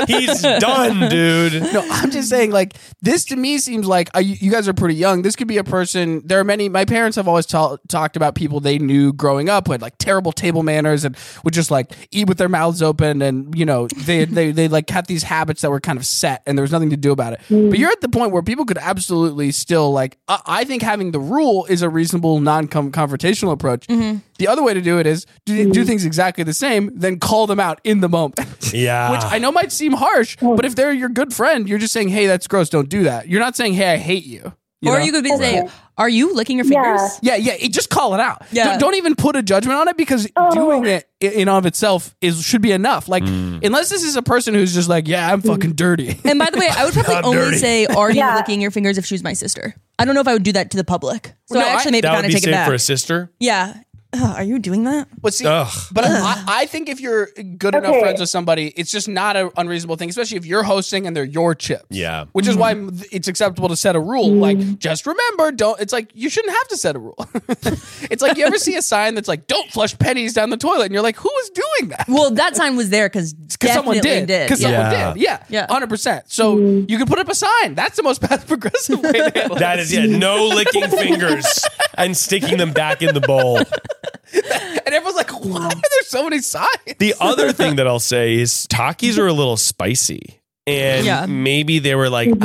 He's done, dude. No, I'm just saying, like, this to me seems like uh, you, you guys are pretty young. This could be a person. There are many. My parents have always ta- talked about people they knew growing up who had, like, terrible table manners and would just, like, eat with their mouths open. And, you know, they, [laughs] they, they like, had these habits that were kind of set and there was nothing to do about it. But you're at the point where people could absolutely still, like, I, I think having the rule is a reasonable, non confrontational approach. The other way to do it is do, do things exactly the same, then call them out in the moment. [laughs] Yeah. Which I know might seem harsh, Oh. but if they're your good friend, you're just saying, "Hey, that's gross. Don't do that." You're not saying, "Hey, I hate you." you or know? you could be saying, "Are you licking your fingers?" yeah, yeah. it- just call it out. Yeah. Oh. Don't, don't even put a judgment on it because doing it i- in and of itself is should be enough. Like, unless this is a person who's just like, "Yeah, Hmm. I'm fucking dirty." [laughs] And by the way, I would [laughs] probably How only dirty. say, "Are you Yeah. licking your fingers?" If she was my sister, I don't know if I would do that to the public. So No, I I- actually maybe that kind would of be take it safe back. for a sister. yeah, Ugh, are you doing that? But see, Ugh. but I, I think if you're good enough Okay. friends with somebody, it's just not an unreasonable thing, especially if you're hosting and they're your chips. Yeah. which is why m- it's acceptable to set a rule. Like, just remember, don't. It's like you shouldn't have to set a rule. [laughs] it's like you ever see a sign that's like, "Don't flush pennies down the toilet," and you're like, "Who is doing that?" Well, that sign was [laughs] there because Because someone did. Because yeah. someone did. Yeah. Yeah. 100%. So you can put up a sign. That's the most [laughs] passive aggressive way to handle That it. is it. No [laughs] licking fingers and sticking them back in the bowl. And everyone's like, why are there so many signs? [laughs] The other thing that I'll say is Takis are a little spicy. And Yeah. maybe they were like, [laughs]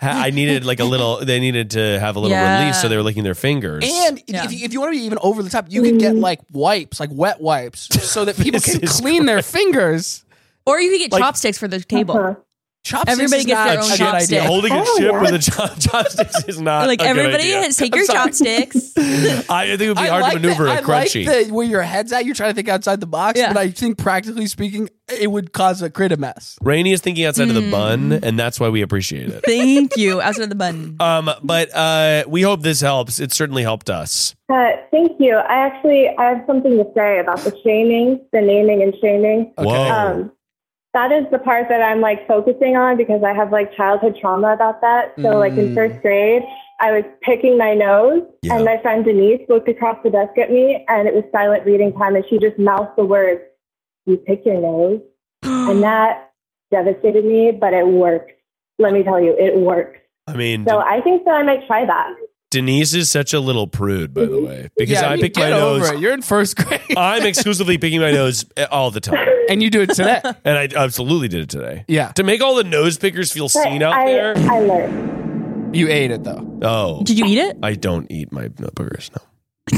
I needed like a little, they needed to have a little Yeah. release. So they were licking their fingers. And if- Yeah. if, you, if you want to be even over the top, you can Mm-hmm. get like wipes, like wet wipes, so [laughs] that people This can is clean their fingers. Or you could get chopsticks for the table. Chopsticks Everybody is gets not their own a good chopstick. idea. Holding a chip with a chop- [laughs] chopsticks is not Like a good everybody, idea. has [laughs] take your [laughs] chopsticks. I think it would be I hard like to maneuver that, a crunchy. I like that where your head's at. You're trying to think outside the box, Yeah. but I think practically speaking, it would cause a create a mess. Rainey is thinking outside of the bun, Mm. and that's why we appreciate it. Thank you. Outside of the button. Um, but uh, we hope this helps. It certainly helped us. Uh, thank you. I actually I have something to say about the shaming, the naming and shaming. Okay. Whoa. Um, that is the part that I'm like focusing on because I have like childhood trauma about that. So like in Mm. first grade, I was picking my nose, Yeah. and my friend Denise looked across the desk at me, and it was silent reading time, and she just mouthed the words, "You pick [gasps] your nose," and that devastated me, but it works. Let me tell you, it works. I mean, So I [laughs] think that I might try that. Denise is such a little prude, by the way, because Mm-hmm. Yeah, I mean, pick my get over nose. Uh, it. [laughs] You're in first grade, I'm exclusively picking my nose all the time, and you do it [laughs] today. and I absolutely did it today. Yeah, To make all the nose pickers feel But seen out I, there. I learned. you ate it though. Oh, Did you eat it? I don't eat my nose pickers. No,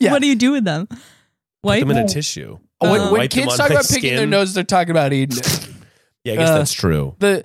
Yeah. What do you do with them? put Wipe? them in a tissue. Oh, When, Um, when Wipe them kids on talk my about picking their skin. nose, they're talking about eating it. Yeah, I guess Uh, that's true. The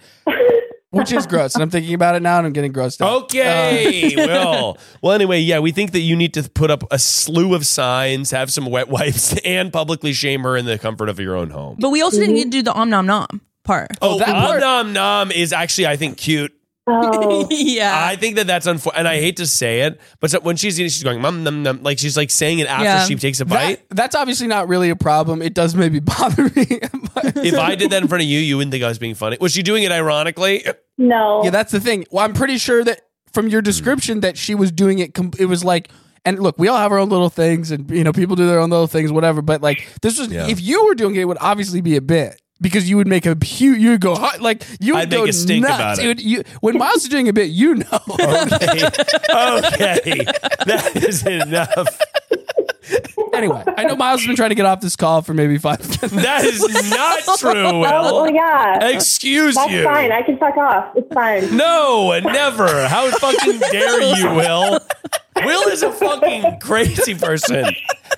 which is gross, and I'm thinking about it now, and I'm getting grossed Oh, out. [laughs] Okay, well, well. Anyway, yeah, we think that you need to put up a slew of signs, have some wet [laughs] wipes, and publicly shame her in the comfort of your own home. But we also didn't need to do the om nom nom part. Oh, that om part- nom nom is actually, I think, cute. Oh, [laughs] Uh, yeah. I think that that's unfortunate, and I hate to say it, but so- when she's eating, she's going mum num num, like she's like saying it after Yeah. she takes a bite. [laughs] That, that's obviously not really a problem. It does maybe [laughs] bother me. but- if I did that in front of you, you wouldn't think I was being funny. Was she doing it ironically? [laughs] no. yeah, that's the thing. Well, I'm pretty sure that from your description that she was doing it. Com- it was like, and look, we all have our own little things, and you know, people do their own little things, whatever. But like, this was Yeah. if you were doing it, it would obviously be a bit. Because you would make a huge, you would go hot, like you would I'd go make a stink nuts. about it. would- you- when Miles is doing a bit, you know. [laughs] okay, okay, that is enough. anyway, I know Miles has been trying to get off this call for maybe five. [laughs] That is not true. Will. [laughs] Oh, well, yeah. Excuse That's you. fine. I can fuck off. It's fine. No, never. How fucking dare [laughs] you, Will? Will is a fucking crazy person.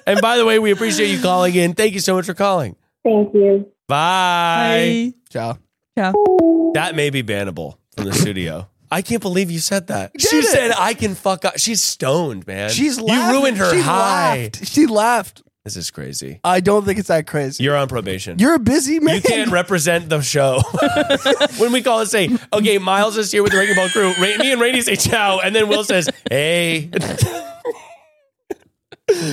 And by the way, we appreciate you calling in. Thank you so much for calling. Thank you. Bye. I- Ciao. That may be bannable from the studio. I can't believe you said that. did She it. said I can fuck up. She's stoned, man. She's you laughing. ruined her She high. laughed. She laughed. This is crazy. I don't think it's that crazy. You're on probation. You're a busy man. You can't represent the show. [laughs] when we call and say, okay, Miles is here with the Wrecking Ball crew. Ra- me and Rainey say ciao. And then Will says, hey. [laughs]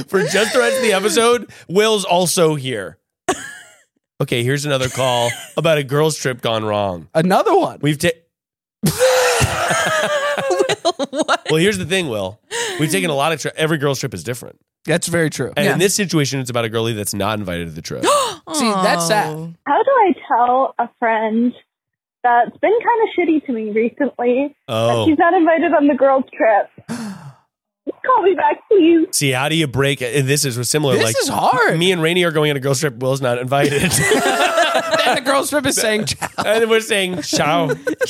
For just the rest of the episode, Will's also here. Okay, here's another call about a girl's trip gone wrong. Another one. We've taken. Well, here's the thing, Will. We've taken a lot of trips. Every girl's trip is different. That's very true. And Yeah. in this situation, it's about a girlie that's not invited to the trip. [gasps] See, that's Oh. sad. How do I tell a friend that's been kind of shitty to me recently that Oh. she's not invited on the girls' trip? Call me back, please. See, how do you break it? This is similar. This like, is hard. Me and Rainey are going on a girl trip. Will's not [laughs] invited. and the girl's trip is saying, and then we're saying [laughs] ciao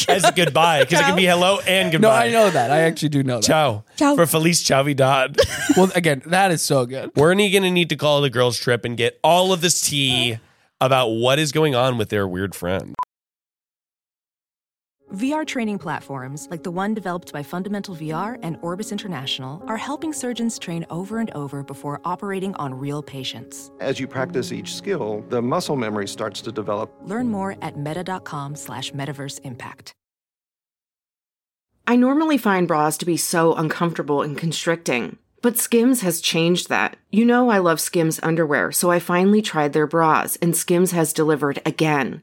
as a goodbye because it can be hello and no, goodbye. I know that. I actually do know that. Ciao. Ciao. For Felice [laughs] Chavidad. Well, again, that is so good. we're only going to need to call the girls trip and get all of this tea about what is going on with their weird friend. VR training platforms, like the one developed by Fundamental VR and Orbis International, are helping surgeons train over and over before operating on real patients. As you practice each skill, the muscle memory starts to develop. Learn more at meta.com slash metaverse impact. I normally find bras to be so uncomfortable and constricting. But Skims has changed that. You know, I love Skims underwear, so I finally tried their bras, and Skims has delivered again.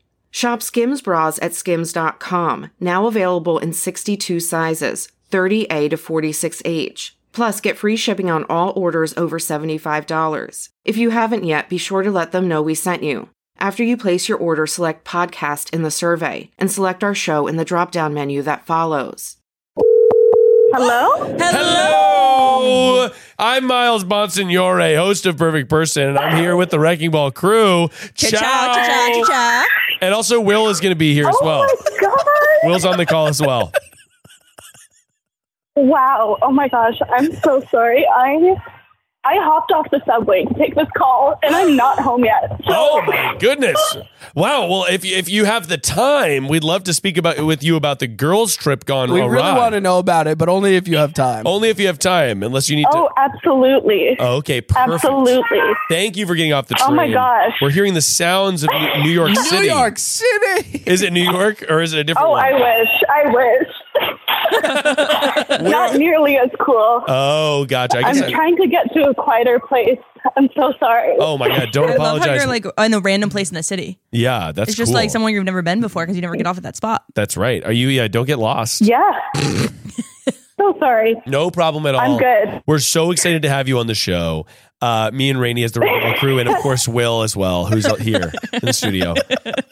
Shop Skims bras at skims.com, now available in 62 sizes, 30A to 46H. Plus, get free shipping on all orders over $75. If you haven't yet, be sure to let them know we sent you. After you place your order, select podcast in the survey and select our show in the drop down menu that follows. Hello? Hello. I'm Miles Bonsignore, host of Perfect Person, and I'm here with the Wrecking Ball crew. Cha-cha, cha-cha, Oh cha-cha. And also, Will is going to be here as well. Will's on the call as well. Wow. Oh my gosh. I'm so sorry. I I hopped off the subway to take this call and I'm not home yet. Oh my goodness! Wow. Well, if you, if you have the time, we'd love to speak about with you about the girls' trip gone We awry. really want to know about it, but only if you have time. Only if you have time, unless you need Oh, absolutely. to. Okay, Oh, perfect. Absolutely. Thank you for getting off the train. Oh my gosh. We're hearing the sounds of New New York New City. York City. [laughs] Is it New York or is it a different? Oh, one? I wish. I wish. [laughs] Not nearly as cool. Oh, gotcha. I I'm guess I- trying to get to a quieter place. [laughs] I'm so sorry. Oh my god! Don't I love how apologize. you're like in a random place in the city. yeah, that's it's just cool. like someone you've never been before because you never get off at that spot. That's right. Are you? Yeah, don't get lost. [laughs] Yeah. so sorry. No problem at all. I'm good. We're so excited to have you on the show. Uh, me and Rainey as the Rumble crew, [laughs] and of course Will as well, who's out here in the studio.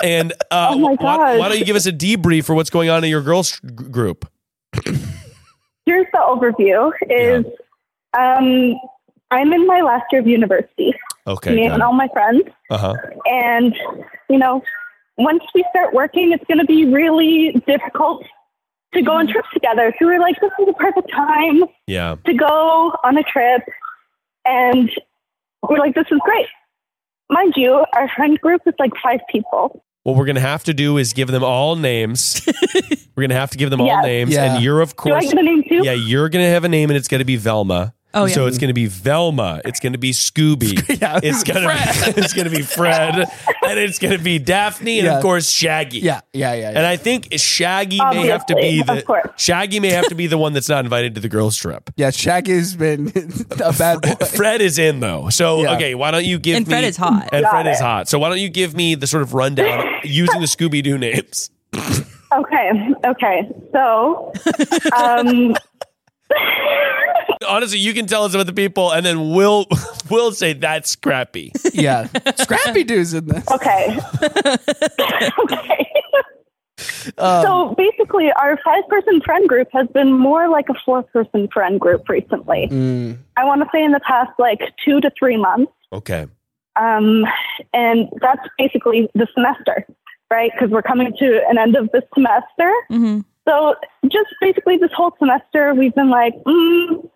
And Oh uh, why, why don't you give us a debrief for what's going on in your girls g- group? Here's the overview is um, I'm in my last year of university. Okay, Me got it. and all my friends. Uh huh. And, you know, once we start working, it's going to be really difficult to go on trips together. So we're like, this is the perfect time Yeah. to go on a trip. And we're like, this is great. Mind you, our friend group is like five people. What we're gonna have to do is give them all [laughs] names. we're gonna have to give them all Yes. names, Yeah. and you're of Do I course. give a name too? Yeah, you're gonna have a name, and it's gonna be Velma. Oh, yeah. So it's gonna be Velma. It's gonna be Scooby. yeah, it's gonna Be, [laughs] it's gonna be Fred, and it's gonna be Daphne, and Yeah. of course Shaggy. Yeah, yeah, yeah. And I think Shaggy may have to Obviously, be of the Shaggy may have to be the one that's not invited to the girls trip. Yeah, Shaggy's been [laughs] a bad boy. Fred is in though, so okay. Why don't you give And me? Fred is hot. And Got Fred is it. hot. So why don't you give me the sort of rundown using the Scooby Doo names? [laughs] Okay. Okay. So, um, Honestly, you can tell us about the people, and then we'll [laughs] we'll say that's crappy. [laughs] Yeah. Scrappy Doo's in this. Okay. so basically, our five person friend group has been more like a four person friend group recently. I want to say in the past like two to three months. Okay. Um, and that's basically the semester, right? Because we're coming to an end of the semester. So just basically this whole semester, we've been like, mm,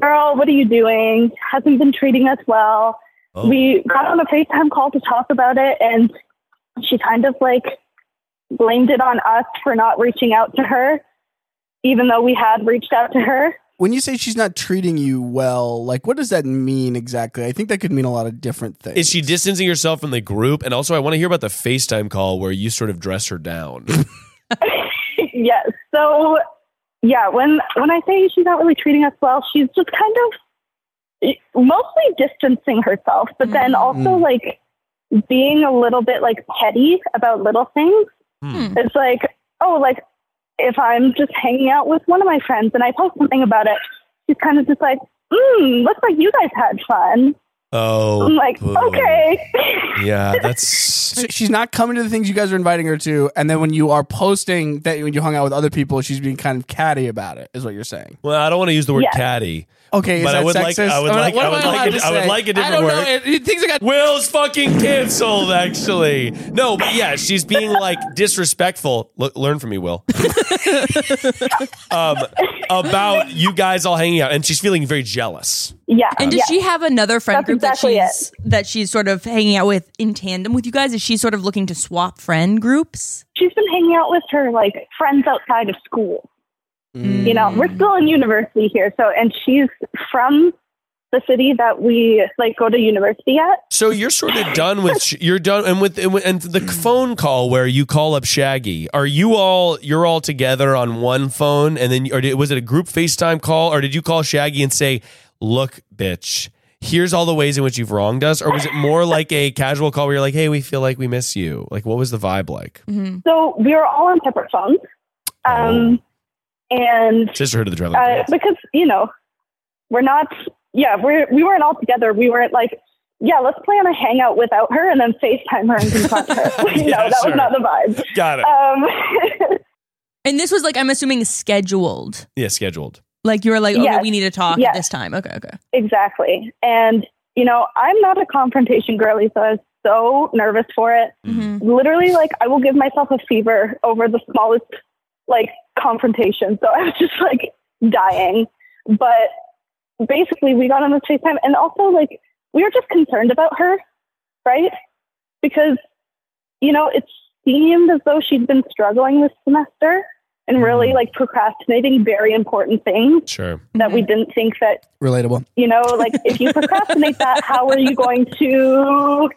girl, what are you doing? Hasn't been treating us well. We got on a FaceTime call to talk about it, and she kind of like blamed it on us for not reaching out to her, even though we had reached out to her. When you say she's not treating you well, like what does that mean exactly? I think that could mean a lot of different things. Is she distancing herself from the group? And also, I want to hear about the FaceTime call where you sort of dress her down. [laughs] yes. So yeah, when when I say she's not really treating us well, she's just kind of mostly distancing herself, but then also Mm. like being a little bit like petty about little things. Hmm. It's like, oh, like if I'm just hanging out with one of my friends and I post something about it, she's kind of just like, mm, looks like you guys had fun. Oh, I'm like, boo. okay. Yeah, that's So she's not coming to the things you guys are inviting her to, and then when you are posting that when you hung out with other people, she's being kind of catty about it. Is what you're saying? Well, I don't want to use the word Yeah. caddy. Okay, is but I that would like sexist? I would What like am I I would allowed like to a, I would say? like I a different don't know. word. It- it- things I got- Will's fucking canceled. Actually, no, but yeah, she's being like disrespectful. L- learn from me, Will. [laughs] um, about you guys all hanging out, and she's feeling very jealous. [laughs] Yeah. And does yeah. she have another friend That's group exactly that she's that she's sort of hanging out with in tandem with you guys? Is she sort of looking to swap friend groups? She's been hanging out with her like friends outside of school. You know, Mm. we're still in university here, so and she's from the city that we like go to university at. So you're sort of done with sh- you're done and with and the phone call where you call up Shaggy. Are you all you're all together on one phone and then or did, was it a group FaceTime call or did you call Shaggy and say, "Look, bitch, here's all the ways in which you've wronged us," or was it more like a casual call where you're like, "Hey, we feel like we miss you." Like, what was the vibe like? Mm. So we were all on separate phones, um, Oh. and Sisterhood of the Dreadlock. uh, because you know we're not. Yeah, we're we weren't all together. We weren't like, yeah, let's plan a hangout without her and then Facetime her and confront her. [laughs] no, [laughs] Yeah, that sure. was not the vibe. Got Um, [laughs] and this was like I'm assuming scheduled. yeah, scheduled. Like you were like, okay, Yes. we need to talk Yes. at this time. Okay, okay. Exactly. And, you know, I'm not a confrontation girly, so I was so nervous for it. Mm-hmm. Literally, like, I will give myself a fever over the smallest, like, confrontation. So [laughs] I was just, like, dying. But basically, we got on this FaceTime, and also, like, we were just concerned about her, right? Because, you know, it seemed as though she'd been struggling this semester and really, like, procrastinating very important things Sure. that we didn't think that Relatable. you know, like if you procrastinate that, how are you going to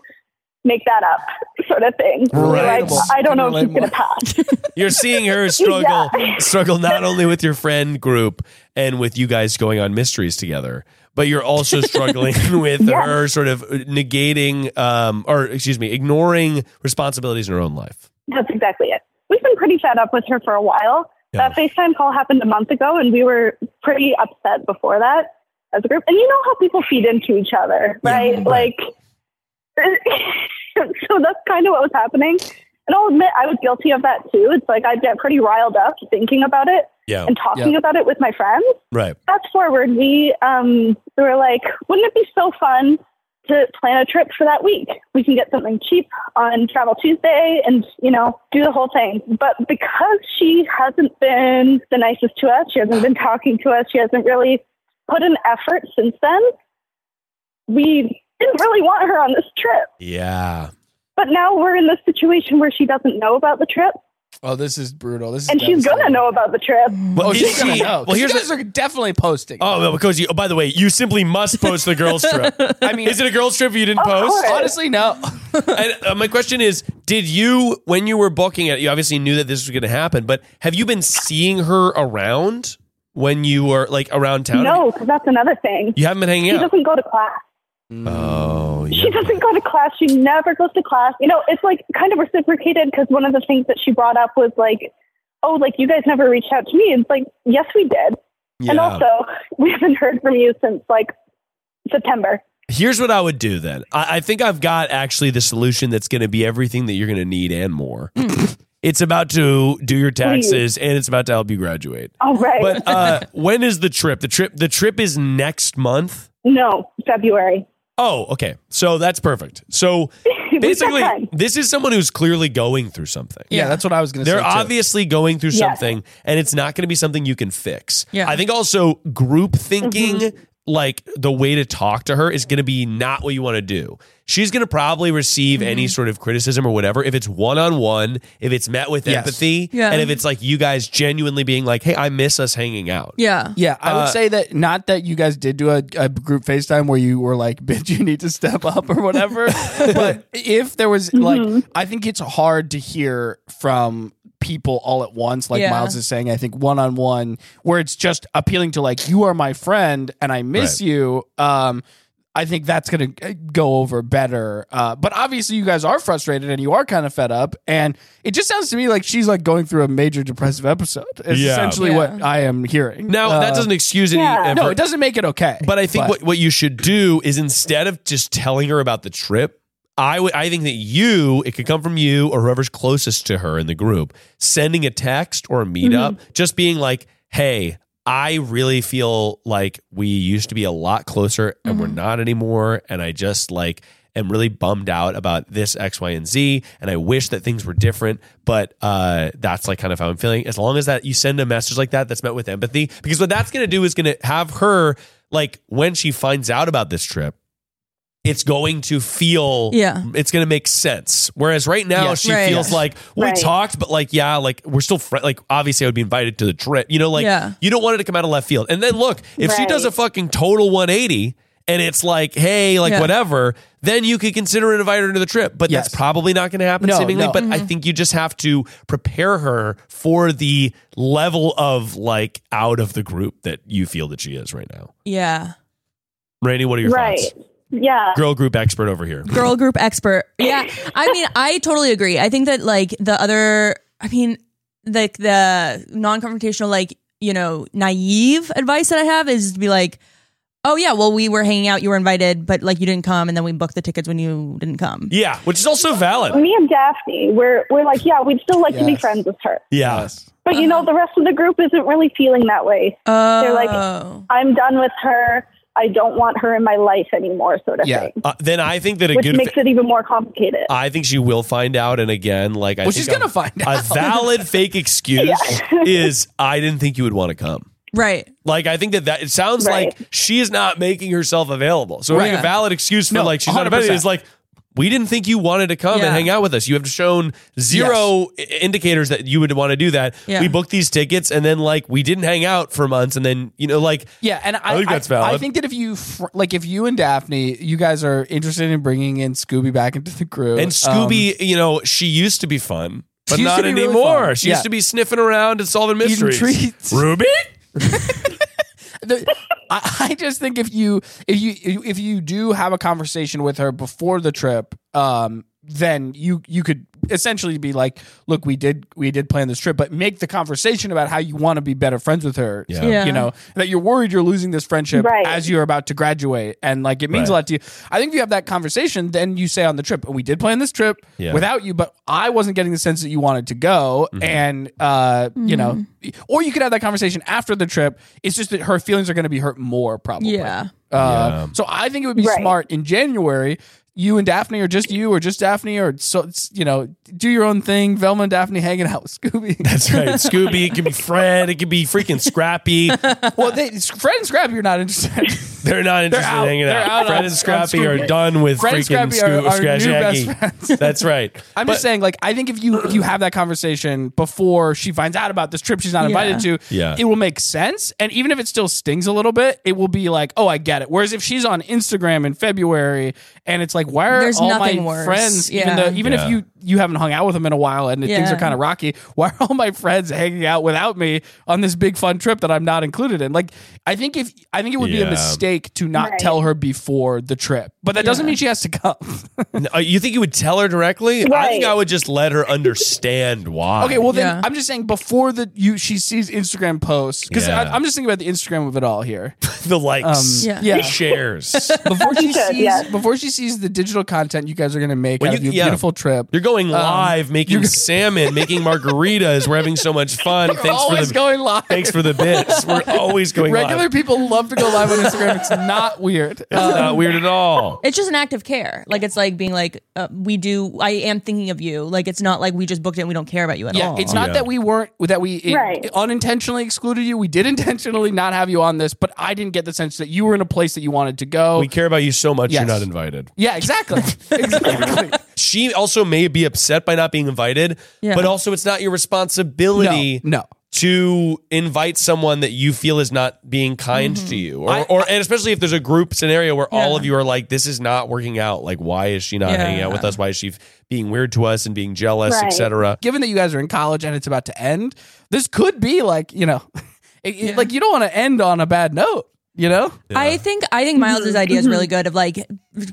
make that up, sort of thing. You're Like, Relatable. I don't know if she's going to pass. You're seeing her struggle struggle not only with your friend group and with you guys going on mysteries together, but you're also struggling [laughs] with her sort of uh, negating um or excuse me, ignoring responsibilities in her own life. That's exactly it. We've been pretty fed up with her for a while. That FaceTime call happened a month ago, and we were pretty upset before that as a group. And you know how people feed into each other, right? Like, [laughs] so that's kind of what was happening. And I'll admit I was guilty of that too. It's like I'd get pretty riled up thinking about it Yeah. and talking Yeah. about it with my friends. Right. Fast forward, we um, we were like, wouldn't it be so fun to plan a trip for that week? We can get something cheap on Travel Tuesday and, you know, do the whole thing. But because she hasn't been the nicest to us, she hasn't been talking to us, she hasn't really put an effort since then, we didn't really want her on this trip. Oh, Yeah. But now we're in this situation where she doesn't know about the trip Oh, this is brutal. This is and she's going to know about the trip. Well, Oh, is she's gonna she- know. well, you here's guys are definitely posting. Oh, no, because you oh, by the way, you simply must post the [laughs] girls trip. I mean, is it a girls trip if you didn't post? Honestly, no. and uh, my question is did you when you were booking it you obviously knew that this was going to happen but have you been seeing her around when you were like around town No, because that's another thing. you haven't been hanging She out doesn't go to class. oh She doesn't go to class. She never goes to class. You know, it's like kind of reciprocated because one of the things that she brought up was like, oh, like you guys never reached out to me. It's like, yes, we did. And Yeah. also, [laughs] we haven't heard from you since like September. here's what i would do then i, I think i've got actually the solution that's going to be everything that you're going to need and more Hmm. it's about to do your taxes and it's about to help you graduate All Oh, right. but [laughs] uh, when is the trip the trip the trip is next month no, February. Oh, okay. So that's perfect. [laughs] So basically, this is someone who's clearly going through something. Yeah, that's what I was going to say. They're too. obviously going through Yes. something, and it's not going to be something you can fix. Yeah. I think also group thinking, Mm-hmm. like the way to talk to her, is going to be not what you want to do. She's going to probably receive Mm-hmm. any sort of criticism or whatever if it's one on one, if it's met with Yes. empathy, Yeah. and if it's like you guys genuinely being like, "Hey, I miss us hanging out." Yeah. Yeah, I Uh, would say that not that you guys did do a, a group FaceTime where you were like, [laughs] bitch, you need to step up [laughs] or whatever. but if there was like, I think it's hard to hear from people all at once, like Yeah. Miles is saying, I think one on one, where it's just appealing to like, you are my friend and I miss you. Um, I think that's going to go over better. Uh, but obviously, you guys are frustrated and you are kind of fed up. And it just sounds to me like she's like going through a major depressive episode. It's Yeah. essentially Yeah. what I am hearing. Now that doesn't excuse any. Uh, Yeah. No, effort. it doesn't make it okay. But I think what, what you should do is instead of just telling her about the trip, I would I think that you it could come from you or whoever's closest to her in the group sending a text or a meetup, just being like, "Hey, I really feel like we used to be a lot closer and we're not anymore, and I just like." am really bummed out about this X, Y, and Z, and I wish that things were different. But uh, that's like kind of how I'm feeling. As long as that you send a message like that that's met with empathy, because what that's going to do is going to have her like when she finds out about this trip. It's going to feel, Yeah. It's going to make sense. Whereas right now Yes. she Right. feels Yes. like well, Right. we talked, but like yeah, like we're still fri like obviously I would be invited to the trip. You know, like Yeah. you don't want it to come out of left field. And then look, if she Right. does a fucking total 180 and it's like, hey, like Yeah. whatever, then you could consider an invite her to the trip. But that's probably not going to happen No, seemingly. no. Mm-hmm. But I think you just have to prepare her for the level of like out of the group that you feel that she is right now. Yeah. Randy, what are your Right. thoughts? Yeah. Girl group expert over here. girl group [laughs] expert. Yeah. I mean, I totally agree. I think that like the other I mean, like the non-confrontational like, you know, naive advice that I have is to be like, "Oh yeah, well we were hanging out, you were invited, but like you didn't come and then we booked the tickets when you didn't come." Yeah, which is also valid. Me and Daphne, we're we're like, yeah, we'd still like to be friends with her. Yeah. But you know, the rest of the group isn't really feeling that way. They're like, I'm done with her. I don't want her in my life anymore, sort of thing. Uh, then I think that a Which good Uh, makes it even more complicated. I think she will find out. And again, like I Well, think she's gonna a- find A out. [laughs] valid fake excuse Yeah. is I didn't think you would want to come. Oh, Right. Like I think that that it sounds like she is not making herself available. So I think Right. a valid excuse for No, like she's not 100%. available is like we didn't think you wanted to come Yeah. and hang out with us. You have shown zero i- indicators that you would want to do that. Yeah. We booked these tickets and then like we didn't hang out for months and then you know like Yeah, and I, I think that's valid. I think that if you fr- like, if you and Daphne, you guys are interested in bringing in Scooby back into the crew, And um, Scooby, you know, she used to be fun, but She used not to be really anymore. fun. she Yeah. used to be sniffing around and solving Eating mysteries. treats. Ruby? the- I, I just think if you if you if you do have a conversation with her before the trip, um, then you you could essentially be like, look, we did we did plan this trip, but make the conversation about how you want to be better friends with her. Yeah. Yeah. You know that you're worried you're losing this friendship Right. as you're about to graduate, and like it means a Right. lot to you. I think if you have that conversation, then you say on the trip, we did plan this trip Yeah. without you, but I wasn't getting the sense that you wanted to go, and uh, you know Mm-hmm. or you could have that conversation after the trip. It's just that her feelings are going to be hurt more, probably. Yeah. Uh, So I think it would be Right. smart in January. You and Daphne, or just you, or just Daphne, or so you know, do your own thing. Velma and Daphne hanging out with [laughs] Scooby. [laughs] That's right. Scooby, it could be Fred, it could be freaking [laughs] Scrappy. well, they, Fred and Scrappy are not interested. They're not interested They're out. in hanging They're out. out Fred on- and on Scrappy are Scooby. done with Fred and freaking Scrappy are Scoo- our Scratch new best Yaki. friends. [laughs] That's right. [laughs] I'm just saying, like, I think if you if you have that conversation before she finds out about this trip she's not invited Yeah. to, Yeah. it will make sense. And even if it still stings a little bit, it will be like, oh, I get it. Whereas if she's on Instagram in February and it's like, why are There's all my nothing worse. friends, even Yeah. though even Yeah. if you you haven't hung out with them in a while and things Yeah. are kind of rocky, why are all my friends hanging out without me on this big fun trip that I'm not included in? Like, I think if I think it would be Yeah. a mistake to not Right. tell her before the trip, but that doesn't Yeah. mean she has to come. [laughs] Uh, you think you would tell her directly? I think Right. I would just let her understand why. Okay, well then I'm just saying before the you she sees Instagram posts because Yeah. I'm just thinking about the Instagram of it all here. the likes, Um, Yeah. yeah. shares. [laughs] Before she Understood, sees yeah. before she sees the digital content you guys are gonna make Well, out you- of your yeah. beautiful trip. Um, You're going live, making salmon, making margaritas. We're having so much fun. We're Thanks for always the going live. thanks for the bits. We're always going Regular live. people love to go live on Instagram. [laughs] It's not weird. Um, It's not weird at all. It's just an act of care. Like it's like being like uh, we do I am thinking of you. Like it's not like we just booked it and we don't care about you at yeah, all. it's not that we weren't that we it- Right. unintentionally excluded you. We did intentionally not have you on this, but I didn't get the sense that you were in a place that you wanted to go. We care about you so much. Yes. You're not invited. yeah, exactly. [laughs] She also may be upset by not being invited, Yeah. but also it's not your responsibility. No, To invite someone that you feel is not being kind Mm-hmm. to you, or, or and especially if there's a group scenario where all of you are like, "This is not working out. Like, why is she not hanging out with Yeah. us? Why is she f- being weird to us and being jealous, etc.?" Given that you guys are in college and it's about to end, this could be like you know, [laughs] it- it- like you don't want to end on a bad note. You know, I think I think Miles's idea [laughs] is really good of like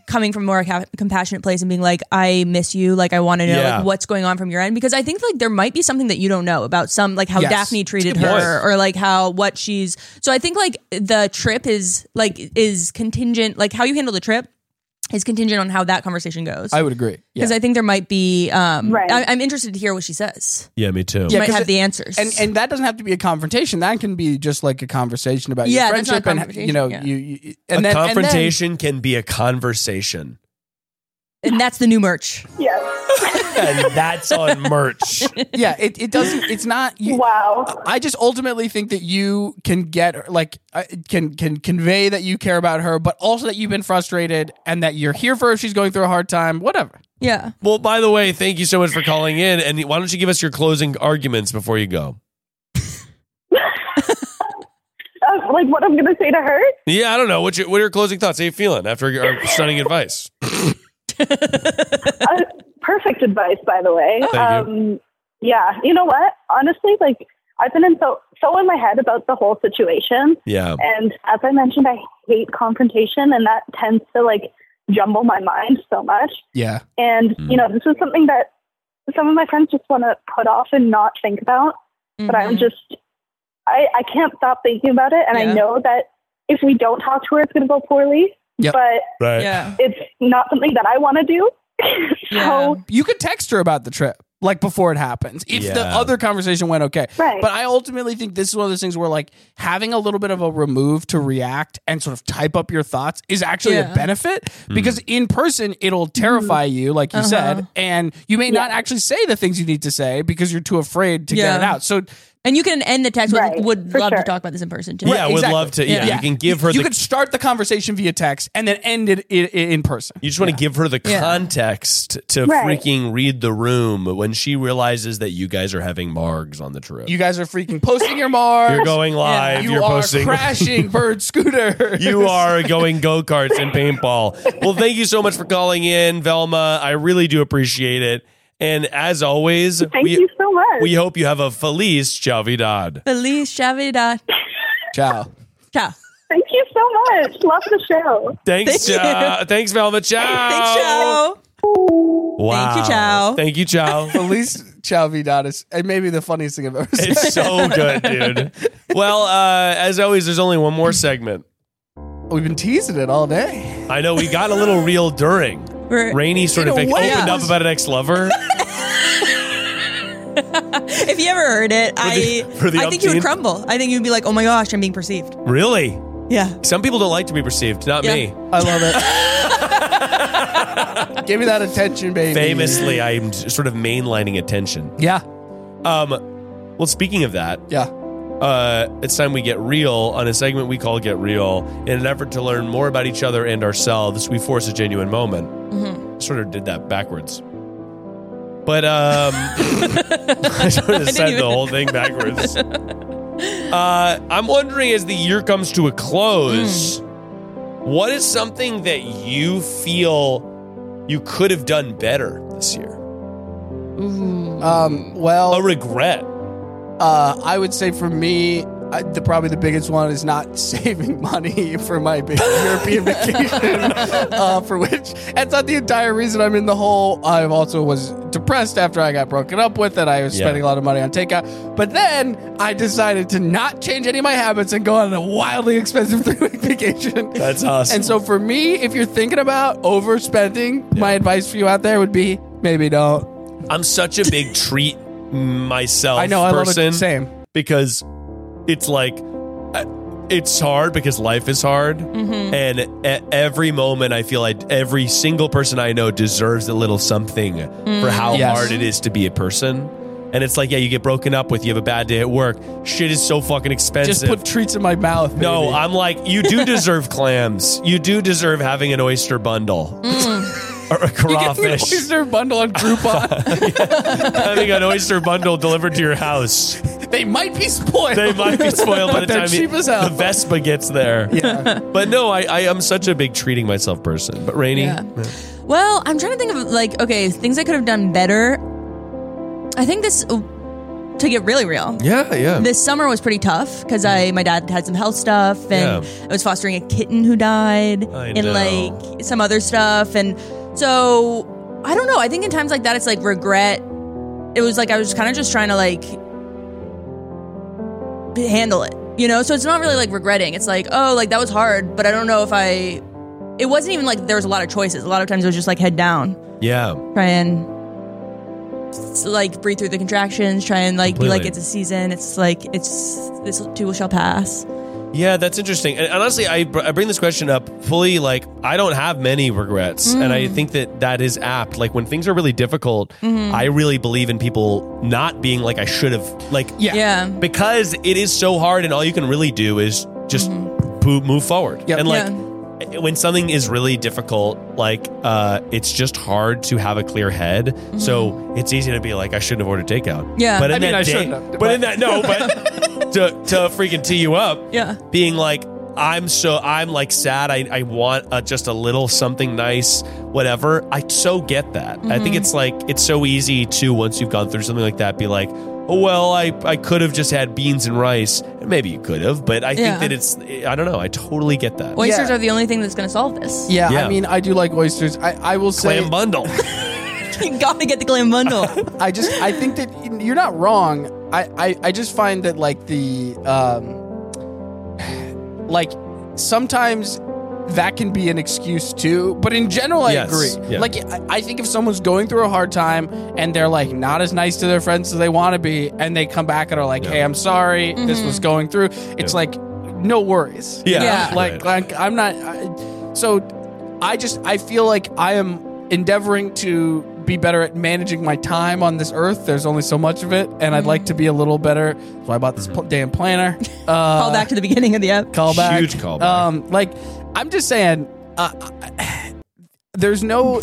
coming from a more ca- compassionate place and being like I miss you like I want to know Yeah. like what's going on from your end because I think like there might be something that you don't know about some like how Yes. Daphne treated That's a good her or like how what she's so I think like the trip is like is contingent like how you handle the trip is contingent on how that conversation goes I would agree. because I think there might be um I, I'm interested to hear what she says Yeah, me too. She might 'cause have it- the answers. and and that doesn't have to be a confrontation. That can be just like a conversation about Yeah, your that's not friendship, a and you know, confrontation, you, yeah. you and a then and then- confrontation can be a conversation. and that's the new merch. and that's on [laughs] merch. [laughs] yeah, it, it doesn't. It's not. You, wow. I just ultimately think that you can get her- like uh, can can convey that you care about her, but also that you've been frustrated and that you're here for her if she's going through a hard time. Whatever. Yeah. Well, by the way, thank you so much for calling in. And why don't you give us your closing arguments before you go? Uh, like what I'm gonna say to her? Yeah, I don't know. What's your, what are your closing thoughts? How you feeling after your our stunning advice? uh, perfect advice, by the way. Thank you. um, Yeah, you know what? Honestly, like I've been in so so in my head about the whole situation. Yeah. And as I mentioned, I hate confrontation, and that tends to like jumble my mind so much. Yeah. And Mm. you know, this is something that some of my friends just want to put off and not think about. But Mm-hmm. I'm just, I I can't stop thinking about it, and Yeah. I know that if we don't talk to her, it's going to go poorly. Yep. But Right. Yeah. it's not something that I want to do. [laughs] so you could text her about the trip like before it happens if the Yeah. other conversation went okay Right. but i ultimately think this is one of those things where like having a little bit of a remove to react and sort of type up your thoughts is actually Yeah. Mm-hmm. a benefit Hmm. because in person it'll terrify you like you Uh-huh. said and you may not actually say the things you need to say because you're too afraid to Yeah. get it out so And you can end the text with, Right, would for love to sure. talk about this in person too. Yeah, I would love to. Yeah, Yeah. you can give her you the. could start the conversation via text and then end it in, in person you just want to give her the Yeah. context to Right. freaking read the room when she realizes that you guys are having margs on the trip. you guys are freaking posting your [laughs] marks You're going live. you You're are posting. [laughs] crashing bird scooter You are going go karts and paintball. Well, thank you so much for calling in, Velma. I really do appreciate it. And as always, thank we, you so much. we hope you have a feliz Chavidad. Feliz Navidad. [laughs] ciao Ciao. Thank you so much. Love the show. Thanks, Thank Ja- thanks, Velma. Ciao. Thanks, ciao. Wow. Thank you, Chow. Thank you, Chow. At least Chow Vidad is and maybe the funniest thing I've ever [laughs] seen. it's so good, dude. Well, uh, as always, there's only one more segment. We've been teasing it all day. I know we got a little real during. We're- Rainy sort of In a like way, opened yeah. up about an ex-lover. [laughs] if you ever heard it, I for the I think you would umpteenth? crumble. I think you'd be like, oh my gosh, I'm being perceived. really? Yeah. Some people don't like to be perceived, not Yeah. me. I love [laughs] it. Give me that attention, baby. Famously, I'm sort of mainlining attention. Yeah. Um, well, speaking of that, Yeah. uh, it's time we get real on a segment we call Get Real. In an effort to learn more about each other and ourselves, we force a genuine moment. Sort of did that backwards. But um, [laughs] I sort of didn't said even- the whole thing backwards. uh, I'm wondering as the year comes to a close, what is something that you feel you could have done better this year? Um, A well, regret. uh, I would say for me, I, the probably the biggest one is not [laughs] saving money for my big [laughs] European vacation. uh, for which that's not the entire reason I'm in the hole. I also was depressed after I got broken up with, and I was Yeah. spending a lot of money on takeout. But then I decided to not change any of my habits and go on a wildly expensive [laughs] three week vacation. [laughs] That's awesome. And so for me, if you're thinking about overspending, my advice for you out there would be maybe don't. I'm such a [laughs] big treat myself. I know I love person it. Same. because it's like uh, it's hard because life is hard, Mm-hmm. and at every moment I feel like every single person I know deserves a little something for how Mm. Yes. hard it is to be a person. And it's like, yeah, you get broken up with, you have a bad day at work, shit is so fucking expensive. Just put treats in my mouth. no, baby. I'm like, you [laughs] do deserve clams. You do deserve having an oyster bundle [laughs] or a Mm. You get me an crawfish. oyster bundle [laughs] on Groupon. having an oyster bundle delivered to your house. they might be spoiled. They might be spoiled by the But they're time cheap you- as hell. the Vespa gets there. Yeah. But no, I, I am such a big treating myself person. But Rainy, Yeah. Well, I'm trying to think of like okay things I could have done better. I think this oh, to get really real. yeah, yeah. This summer was pretty tough because I my dad had some health stuff and Yeah. I was fostering a kitten who died I and know. like some other stuff and so I don't know. I think in times like that it's like regret. It was like I was kind of just trying to like handle it, you know. So it's not really like regretting. It's like oh like that was hard, but I don't know if I. It wasn't even like there was a lot of choices. A lot of times it was just like head down yeah, try and s- like breathe through the contractions try and like be like Completely. it's a season it's like it's this too shall pass Yeah, that's interesting. And honestly, I, br- I bring this question up fully. Like, I don't have many regrets, and I Mm. think that that is apt. Like, when things are really difficult, Mhm. I really believe in people not being like, I should have. Like, yeah. Yeah. because it is so hard, and all you can really do is just Mm-hmm. po- move forward. And like, when something is really difficult, like uh, it's just hard to have a clear head. So it's easy to be like, I shouldn't have ordered takeout. Mm-hmm. Yeah. but in I mean, that I day- shouldn't have, but, but- in that no, [laughs] but to to freaking tee you up, Yeah. being like. I'm so I'm like sad. I, I want uh just a little something nice, whatever. I so get that. I think Mhm. it's like it's so easy to once you've gone through something like that, be like, oh well, I I could have just had beans and rice. Maybe you could have, but I Yeah. think that it's I don't know. I totally get that. Oysters are the only thing that's going to solve this. Yeah, Yeah. I mean, I do like oysters. I, I will say Clam bundle. [laughs] you got to get the glam [laughs] bundle. Uh, I just I think that you're not wrong. I I, I just find that like the um [sighs] like sometimes that can be an excuse too but in general i Yes, agree yeah. like I- i think if someone's going through a hard time and they're like not as nice to their friends as they want to be and they come back and are like hey i'm sorry this Mhm. was going through it's like no worries Yeah. Yeah. like like i'm not I, so I just I feel like I am endeavoring to be better at managing my time on this earth. There's only so much of it, and I'd like to be a little better. So I bought this pl- damn planner. Uh, Call back to the beginning of the app. Call back. Huge callback. Um, like I'm just saying, uh, I- there's no.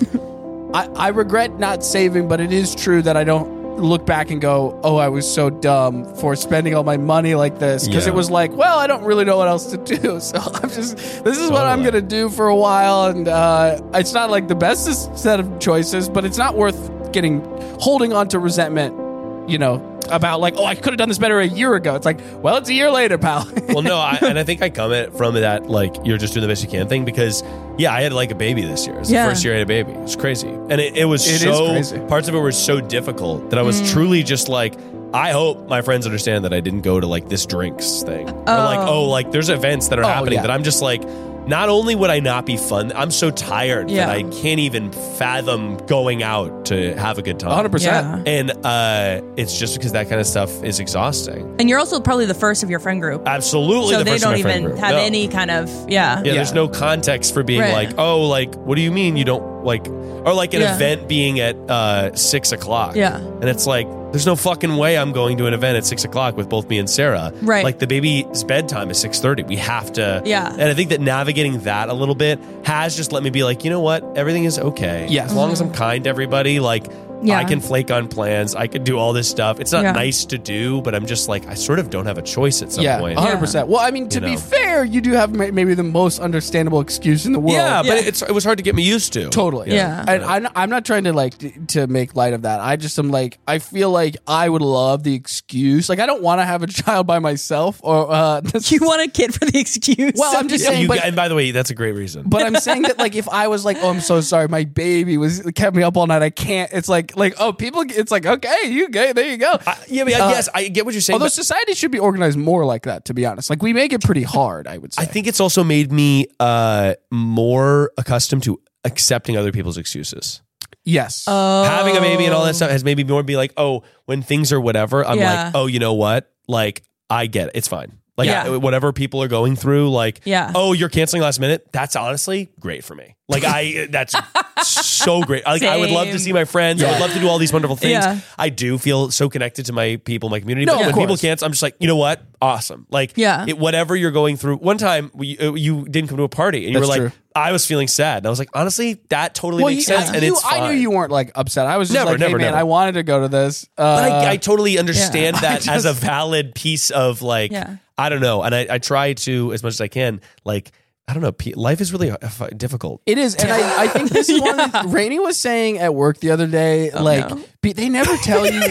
[laughs] I, I regret not saving, but it is true that I don't look back and go, "Oh, I was so dumb for spending all my money like this," because Yeah. it was like, "Well, I don't really know what else to do, [laughs] so I'm just this is Oh, what I'm gonna do for a while." And uh, it's not like the best set of choices, but it's not worth getting holding on to resentment, you know. About like, oh, I could have done this better a year ago. It's like, well, it's a year later, pal. [laughs] well, no, I, and I think I come at from that like you're just doing the best you can thing because yeah, I had like a baby this year. It's Yeah. the first year I had a baby. It's crazy, and it, it was It is so crazy. parts of it were so difficult that I was Mm. truly just like. I hope my friends understand that I didn't go to like this drinks thing. Or like, Oh. oh, like there's events that are Oh, happening yeah. that I'm just like, not only would I not be fun, I'm so tired Yeah. that I can't even fathom going out to have a good time. 100%. And uh, it's just because that kind of stuff is exhausting. And you're also probably the first of your friend group. Absolutely. so the they first in don't my friend even group. have No. any kind of yeah. Yeah, [laughs] there's no context for being Right. like, oh, like, what do you mean you don't like, or like an Yeah. event being at uh, six o'clock. Yeah. And it's like, there's no fucking way I'm going to an event at six o'clock with both me and Sarah. Right. Like the baby's bedtime is six thirty. We have to. Yeah. And I think that navigating that a little bit has just let me be like, you know what, everything is okay. Yeah. As long as I'm kind to everybody, like. Yeah. I can flake on plans. I can do all this stuff. It's not Yeah. nice to do, but I'm just like I sort of don't have a choice at some yeah, point. 100%. Well, I mean, to You be know. fair, you do have may- maybe the most understandable excuse in the world. Yeah, but It's, it was hard to get me used to. Totally. And I'm, I'm not trying to like t- to make light of that. I just am like, I feel like I would love the excuse. Like, I don't want to have a [laughs] child by myself or, uh, [laughs] you want a kid for the excuse. Well, I'm just Yeah, saying, you but, [laughs] got- and by the way, that's a great reason. but I'm saying that like, if I was like, oh, I'm so sorry. My baby was kept me up all night. I can't, it's like, like, oh, people, it's like, okay, you gay. There you go. yeah. But I guess I get what you're saying, Although but- society should be organized more like that, to be honest. Like, we make it pretty hard, I would say. I think it's also made me uh, more accustomed to accepting other people's excuses. Yes. Having a baby and all that stuff has made me more be like, oh, when things are whatever, I'm Oh. Yeah. like, oh, you know what? Like, I get it. It's fine. Like, Yeah. I- whatever people are going through, like, Yeah. oh, you're canceling last minute. That's honestly great for me. Like, [laughs] I, that's so great. Like, I would love to Same. see my friends. I would Yeah. love to do all these wonderful things. Yeah. I do feel so connected to my people, my community. No, but of when people course. cancel, I'm just like, you know what? Awesome. Like, Yeah. it- whatever you're going through. One time we, uh, you didn't come to a party and you That's were like, true. I was feeling sad. And I was like, honestly, that totally Well, makes you- sense. I- and you- it's fine. I knew you weren't like upset. I was just Never, like, never, hey, man, never. I wanted to go to this. But Uh, I, I totally understand Yeah. [laughs] I that as a just- valid piece of like, Yeah. I don't know. And I, I try to, as much as I can, like, I don't know. pe- Life is really uh, f- difficult. It is, and I, I think this is [laughs] one that Rainey was saying at work the other Oh, day. like, be- they never tell [laughs] you.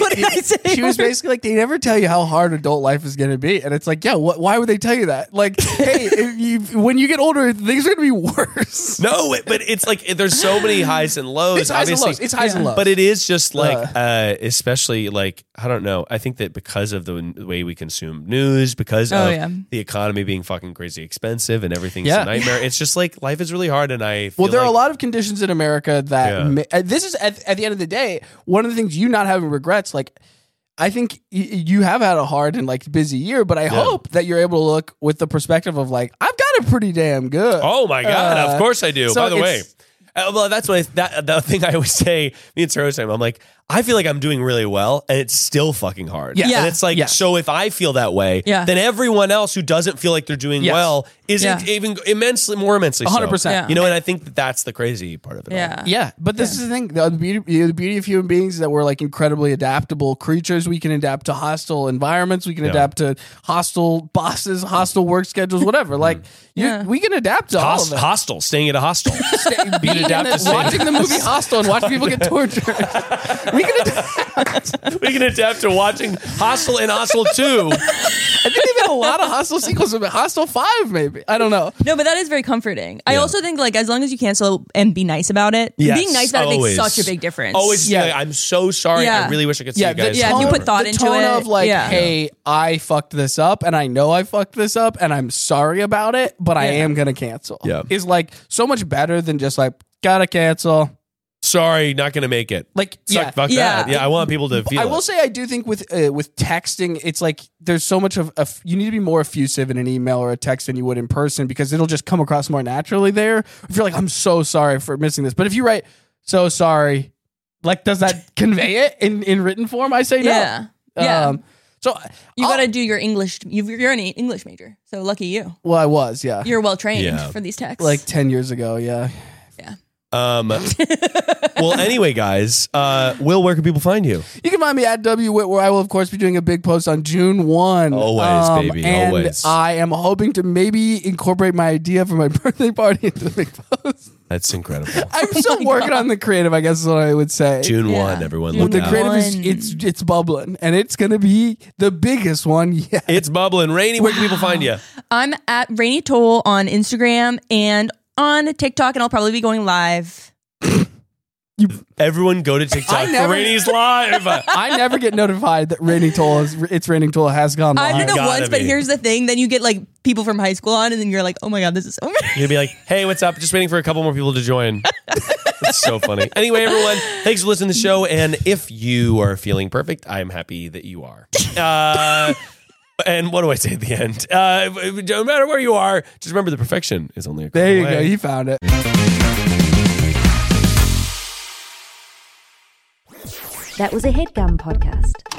She was basically like, they never tell you how hard adult life is going to be, and it's like, yeah, wh- why would they tell you [laughs] that? Like, hey, if you, when you get older, things are going to be worse. No, it, but it's like it- there's so many highs and lows. [laughs] It's highs and obviously. lows. It's highs and lows. But it is just like, uh, especially like I don't know. I think that because of the n- way we consume news, because Oh, of yeah. the economy being fucking crazy expensive and everything's Yeah. a nightmare, it's just like life is really hard. And I feel Well, there like are a lot of conditions in America that Yeah. ma- uh, this is at, at the end of the day one of the things you not having regrets. Like I think y- you have had a hard and like busy year, but I hope that you're able to look with the perspective of like I've got it pretty damn good. Oh my god! Uh, of course I do. so By the way, it's- Uh, well, that's what I, that the thing I always say. Me and Sarah always say, I'm like, I feel like I'm doing really well, and it's still fucking hard. Yeah. and it's like, so if I feel that way, Yeah. then everyone else who doesn't feel like they're doing Yes. well is Yeah. even immensely more immensely. so. 100%. Yeah. You know, and I think that that's the crazy part of it. Yeah. Yeah. But this is the thing. The beauty, the beauty of human beings is that we're like incredibly adaptable creatures. We can adapt to hostile environments. We can Yeah. adapt to hostile bosses, hostile work schedules, whatever. Mm-hmm. like, you, we can adapt to all Host- of it. hostel, staying at a hostel, being Being in adapted. the- watching the movie Hostel and watch people get [laughs] tortured. we can adapt to watching Hostel and Hostel Two. I think they've had a lot of Hostel sequels, but Hostel 5, maybe. I don't know. No, but that is very comforting. I also think like as long as you cancel and be nice about it, Yes, being nice about always. it makes such a big difference. Always, yeah. I'm so sorry. Yeah. I really wish I could see Yeah, you guys. the tone, you put thought the into tone it. of like, Yeah. hey, I fucked this up, and I know I fucked this up, and I'm sorry about it, but I Yeah. am gonna cancel. Yeah. is like so much better than just like gotta cancel. sorry, not gonna make it. Like, Suck, yeah. fuck Yeah. that. Yeah, I want people to feel. I will it. say I do think with uh, with texting, it's like there's so much of of- you need to be more effusive in an email or a text than you would in person because it'll just come across more naturally there. If you're like, I'm so sorry for missing this, but if you write, so sorry, like does that [laughs] convey it in in written form? I say no. Um, Yeah. Yeah. so you Oh. got to do your English. You've, you're an English major, so lucky you. Well, I was, yeah. You're well trained Yeah. for these texts. like ten years ago, yeah. Um, [laughs] well, anyway, guys, uh, Will, where can people find you? You can find me at W Witt, where I will, of course, be doing a big post on June 1. Always, baby, and always. I am hoping to maybe incorporate my idea for my [laughs] birthday party into the big post. That's incredible. I'm still working on the creative, I guess is what I would say. [laughs] June one, everyone. But Look the out. creative is it's it's bubbling and it's gonna be the biggest one [laughs] yet. It's bubbling. Rainy, where can people find you? I'm at Rainy Toll on Instagram and on TikTok, and I'll probably be going live. Everyone go to TikTok. I never- for Rainy's live. I never get notified that Raining Toll is it's Raining Toll has gone live. I've done it Gotta once, but be. here's the thing: then you get like people from high school on, and then you're like, oh my god, this is so. [laughs] You'd be like, hey, what's up? Just waiting for a couple more people to join. It's so funny. Anyway, everyone, thanks for listening to the show. And if you are feeling perfect, I'm happy that you are. Uh, [laughs] and what do I say at the end? Uh, no matter where you are, just remember the perfection is only a There you click go, away. you found it. That was a headgum podcast.